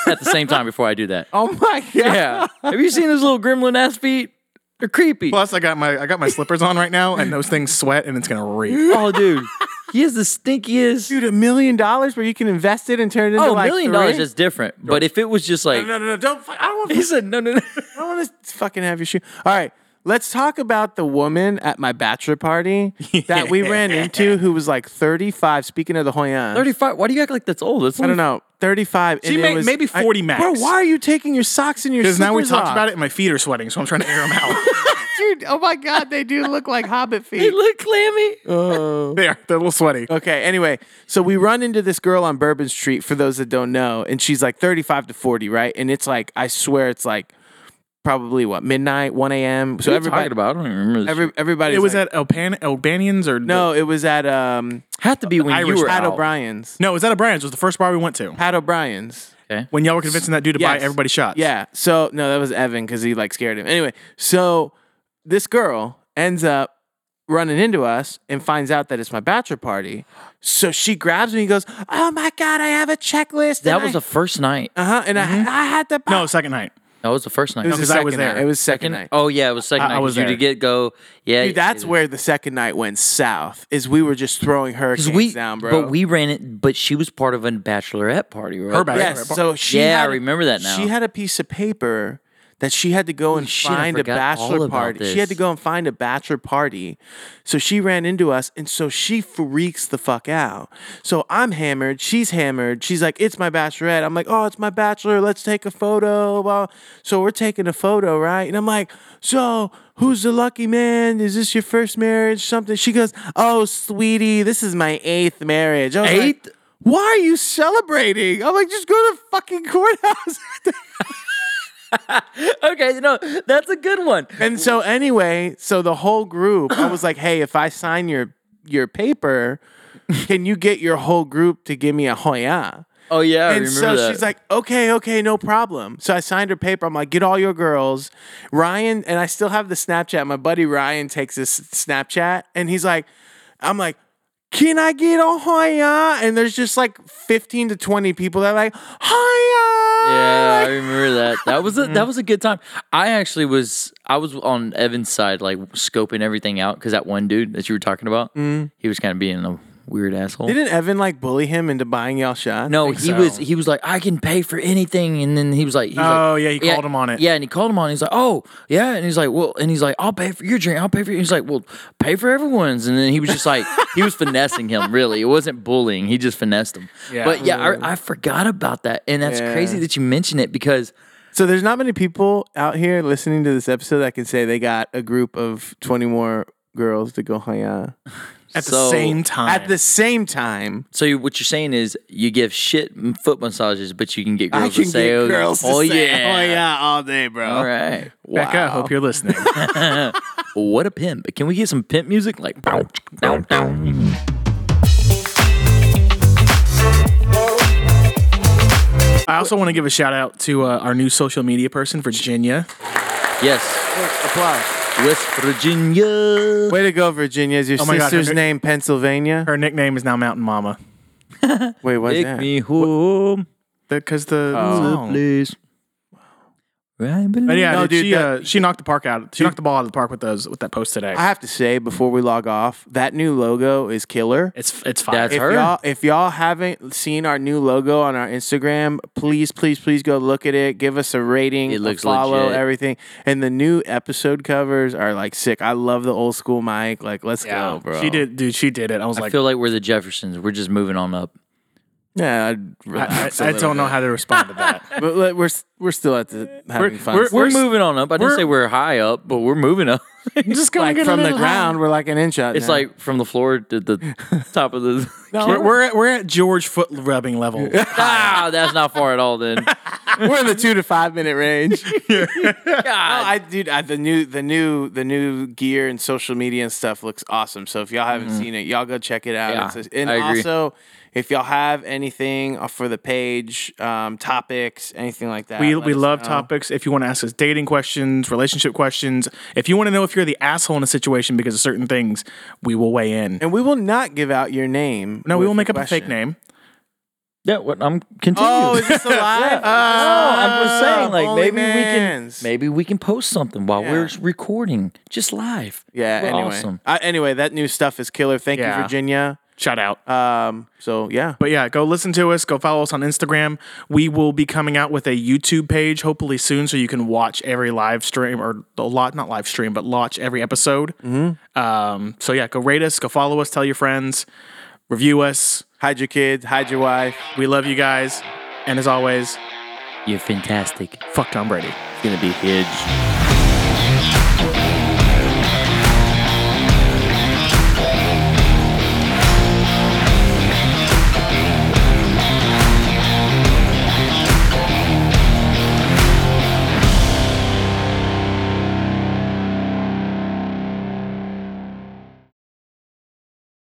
Speaker 1: at the same time before I do that.
Speaker 2: Oh my god.
Speaker 1: Yeah. Have you seen those little gremlin ass feet? They're creepy.
Speaker 3: Plus, I got my I got my slippers on right now, and those things sweat, and it's gonna reek.
Speaker 1: Oh, dude, he is the stinkiest.
Speaker 2: Dude, a million dollars where you can invest it and turn it into
Speaker 1: oh, a
Speaker 2: like
Speaker 1: million
Speaker 2: three?
Speaker 1: dollars is different. But if it was just like
Speaker 2: No, no, no, don't fu- I don't want
Speaker 1: he said, no, no, no.
Speaker 2: I don't want to fucking have your shoe. All right. Let's talk about the woman at my bachelor party that we ran into who was like 35. Speaking of the Hoyan.
Speaker 1: Thirty-five. Why do you act like that's old? That's
Speaker 2: I don't know, 35.
Speaker 3: She
Speaker 2: and it
Speaker 3: may-
Speaker 2: was-
Speaker 3: maybe
Speaker 2: I-
Speaker 3: 40 max.
Speaker 2: Bro, why are you taking your socks and your
Speaker 3: Because
Speaker 2: slippers
Speaker 3: now we talked
Speaker 2: off?
Speaker 3: about it, and my feet are sweating, so I'm trying to air them out.
Speaker 2: Dude, oh my God, they do look like hobbit
Speaker 1: Hey,
Speaker 2: feet.
Speaker 1: look, clammy.
Speaker 3: they are they're a little sweaty.
Speaker 2: Okay, anyway, so we run into this girl on Bourbon Street, for those that don't know, and she's like 35 to 40, right? And it's like, I swear it's like probably what, midnight, 1 a.m.?
Speaker 1: What
Speaker 2: So
Speaker 1: are you
Speaker 2: everybody,
Speaker 1: talking about? I don't even remember. This
Speaker 2: every, everybody's
Speaker 3: It was
Speaker 2: like-
Speaker 3: at Alban- Albanians or
Speaker 2: no, it was at, um,
Speaker 1: Had to be when
Speaker 3: Irish
Speaker 1: you were
Speaker 2: Pat
Speaker 1: out.
Speaker 2: O'Brien's.
Speaker 3: no, it was at O'Brien's. It was the first bar we went to
Speaker 2: Pat O'Brien's.
Speaker 3: when y'all were convincing that dude to buy
Speaker 2: Yes.
Speaker 3: everybody shots.
Speaker 2: Yeah. So no, that was Evan because he like scared him. Anyway, so this girl ends up running into us and finds out that it's my bachelor party. So she grabs me and goes, "Oh my god, I have a checklist."
Speaker 1: That was the first night.
Speaker 2: uh huh, and I I had to buy.
Speaker 3: No, second night.
Speaker 1: That was the first night.
Speaker 2: it was the
Speaker 3: because I
Speaker 2: second
Speaker 3: was
Speaker 2: night.
Speaker 3: there.
Speaker 2: It was second, night.
Speaker 1: Oh yeah, it was second
Speaker 3: I- I
Speaker 1: night. 'cause
Speaker 3: was
Speaker 1: you
Speaker 3: there.
Speaker 1: to get go. Yeah,
Speaker 2: Dude, that's where the second night went south. Is we were just throwing hurricanes
Speaker 1: because we.
Speaker 2: down, bro.
Speaker 1: But we ran it. But she was part of a bachelorette party, right?
Speaker 3: Her bachelorette
Speaker 2: yes. So she
Speaker 1: Yeah, I
Speaker 2: had-
Speaker 1: remember that now.
Speaker 2: She had a piece of paper that she had to go and
Speaker 1: shit, I
Speaker 2: find a
Speaker 1: forgot all
Speaker 2: bachelor
Speaker 1: about
Speaker 2: party.
Speaker 1: this.
Speaker 2: She had to go and find a bachelor party. So she ran into us and so she freaks the fuck out. So I'm hammered, she's hammered. She's like, "It's my bachelorette." I'm like, "Oh, it's my bachelor. Let's take a photo." Well, so we're taking a photo, right? And I'm like, "So, who's the lucky man? Is this your first marriage? Something?" She goes, "Oh, sweetie, this is my eighth marriage." I was like,
Speaker 1: Eighth?
Speaker 2: why are you celebrating? I'm like, just go to fucking courthouse.
Speaker 1: Okay, no, that's a good one.
Speaker 2: and so anyway, so the whole group, I was like, hey, if I sign your your paper, can you get your whole group to give me a hoya?
Speaker 1: Oh, yeah, I
Speaker 2: and so
Speaker 1: remember that.
Speaker 2: she's like, okay, okay, no problem. So I signed her paper. I'm like, get all your girls, Ryan, and I still have the Snapchat. My buddy Ryan takes this Snapchat, and he's like, I'm like. Can I get a hiya? And there's just like 15 to 20 people that are like, "Oh, hiya.
Speaker 1: Yeah, I remember that. That was
Speaker 2: Mm-hmm.
Speaker 1: a that was a good time. I actually was I was on Evan's side, like scoping everything out because that one dude that you were talking about,
Speaker 2: Mm-hmm.
Speaker 1: he was kind of being a weird asshole.
Speaker 2: Didn't Evan like bully him into buying y'all shots?
Speaker 1: no, he was he was like, I can pay for anything, and then he was like, he was
Speaker 3: Oh,
Speaker 1: like-
Speaker 3: yeah, he called him on it.
Speaker 1: Yeah, and he called him on. it. He's like, oh yeah, and he's like, well, and he's like, I'll pay for your drink, I'll pay for. Your. He's like, well, pay for everyone's, and then he was just like, he was finessing him. Really, it wasn't bullying. He just finessed him.
Speaker 3: Yeah.
Speaker 1: But yeah, I, I forgot about that, and that's
Speaker 2: Yeah.
Speaker 1: crazy that you mention it because.
Speaker 2: So there's not many people out here listening to this episode that can say they got a group of 20 more girls to go hang out
Speaker 3: At the
Speaker 1: So-
Speaker 3: same time.
Speaker 2: at the same time.
Speaker 1: So you, what you're saying is you give shit m- foot massages, but you can get
Speaker 2: I
Speaker 1: girls
Speaker 2: can
Speaker 1: to say,
Speaker 2: get
Speaker 1: "Oh,
Speaker 2: girls to
Speaker 1: oh,
Speaker 2: say,
Speaker 1: yeah,
Speaker 2: oh yeah, all day, bro.
Speaker 1: all right."
Speaker 3: Becca, I
Speaker 2: Wow.
Speaker 3: hope you're listening.
Speaker 1: What a pimp! Can we get some pimp music? Like, bow, bow, bow.
Speaker 3: I also want to give a shout out to uh, our new social media person, Virginia.
Speaker 1: yes,
Speaker 2: Oh, Applause.
Speaker 1: West Virginia.
Speaker 2: Way to go, Virginia. Is your
Speaker 3: Oh my God,
Speaker 2: sister's
Speaker 3: her-
Speaker 2: name Pennsylvania?
Speaker 3: Her nickname is now Mountain Mama
Speaker 2: Wait, what's
Speaker 1: Take
Speaker 2: that?
Speaker 1: me home,
Speaker 3: because the.
Speaker 2: Oh.
Speaker 3: song.
Speaker 1: please. Right below.
Speaker 3: Oh. But yeah,
Speaker 2: No,
Speaker 3: dude,
Speaker 2: dude,
Speaker 3: she
Speaker 2: that-
Speaker 3: uh, she knocked the park out. She knocked the ball out of the park with those with that post today.
Speaker 2: I have to say before we log off, that new logo is killer.
Speaker 3: it's it's fine.
Speaker 1: That's
Speaker 2: if
Speaker 1: her.
Speaker 2: y'all if y'all haven't seen our new logo on our Instagram, please, please, please go look at it. Give us a rating,
Speaker 1: It looks
Speaker 2: a follow,
Speaker 1: legit.
Speaker 2: everything. And the new episode covers are like sick. I love the old school mic. Like, let's go, bro.
Speaker 3: She did, dude. She did it. I was
Speaker 1: I
Speaker 3: like,
Speaker 1: feel like we're the Jeffersons. We're just moving on up.
Speaker 2: Yeah, I'd
Speaker 3: I,
Speaker 2: relax a
Speaker 3: I, I
Speaker 2: little
Speaker 3: don't know
Speaker 2: bit.
Speaker 3: how to respond to that.
Speaker 2: But like, we're s- we're still at the having fun.
Speaker 3: we're-
Speaker 1: We're,
Speaker 3: s-
Speaker 1: moving on up. I didn't
Speaker 3: we're-
Speaker 1: say we're high up, but we're moving up.
Speaker 3: just gonna
Speaker 2: like
Speaker 3: get a
Speaker 2: from the
Speaker 3: little
Speaker 2: ground, we're like an inch out.
Speaker 1: It's
Speaker 2: now.
Speaker 1: like from the floor to the top of the.
Speaker 3: high. We're, we're at, we're at George foot rubbing level.
Speaker 1: ah, that's not far at all. Then
Speaker 2: we're in the two to five minute range.
Speaker 1: God.
Speaker 2: I dude, I, the new the new the new gear and social media and stuff looks awesome. So if y'all haven't
Speaker 3: Mm-hmm.
Speaker 2: seen it, y'all go check it out.
Speaker 1: Yeah,
Speaker 2: It's a- and
Speaker 1: I agree.
Speaker 2: also, if y'all have anything uh, for the page, um, topics, anything like that,
Speaker 3: We,
Speaker 2: let
Speaker 3: we
Speaker 2: us
Speaker 3: love
Speaker 2: know.
Speaker 3: topics. If you want to ask us dating questions, relationship questions, if you want to know if you're the asshole in a situation because of certain things, we will weigh in.
Speaker 2: and we will not give out your name.
Speaker 3: No, we
Speaker 2: with
Speaker 3: will
Speaker 2: the
Speaker 3: make up a fake
Speaker 2: question.
Speaker 3: name.
Speaker 1: Yeah, what I'm continuing.
Speaker 2: Oh, is this a lie?
Speaker 3: Uh,
Speaker 1: I'm just saying, like
Speaker 2: Oh,
Speaker 1: maybe
Speaker 2: OnlyFans.
Speaker 1: we can maybe we can post something while we're recording, just live.
Speaker 2: Yeah.
Speaker 1: We're
Speaker 2: Anyway,
Speaker 1: awesome.
Speaker 2: Uh, anyway, that new stuff is killer. Thank
Speaker 3: Yeah.
Speaker 2: you, Virginia.
Speaker 3: Shout out. Uh,
Speaker 2: Um. So yeah.
Speaker 3: But yeah, go listen to us. Go follow us on Instagram. We will be coming out with a YouTube page hopefully soon, so you can watch every live stream or a lot, not live stream, but watch every episode. Um, so yeah, go rate us, go follow us, tell your friends, review us.
Speaker 2: Hide your kids. Hide your wife.
Speaker 3: We love you guys, and as always,
Speaker 1: You're fantastic.
Speaker 3: fuck Tom Brady.
Speaker 1: It's gonna be huge.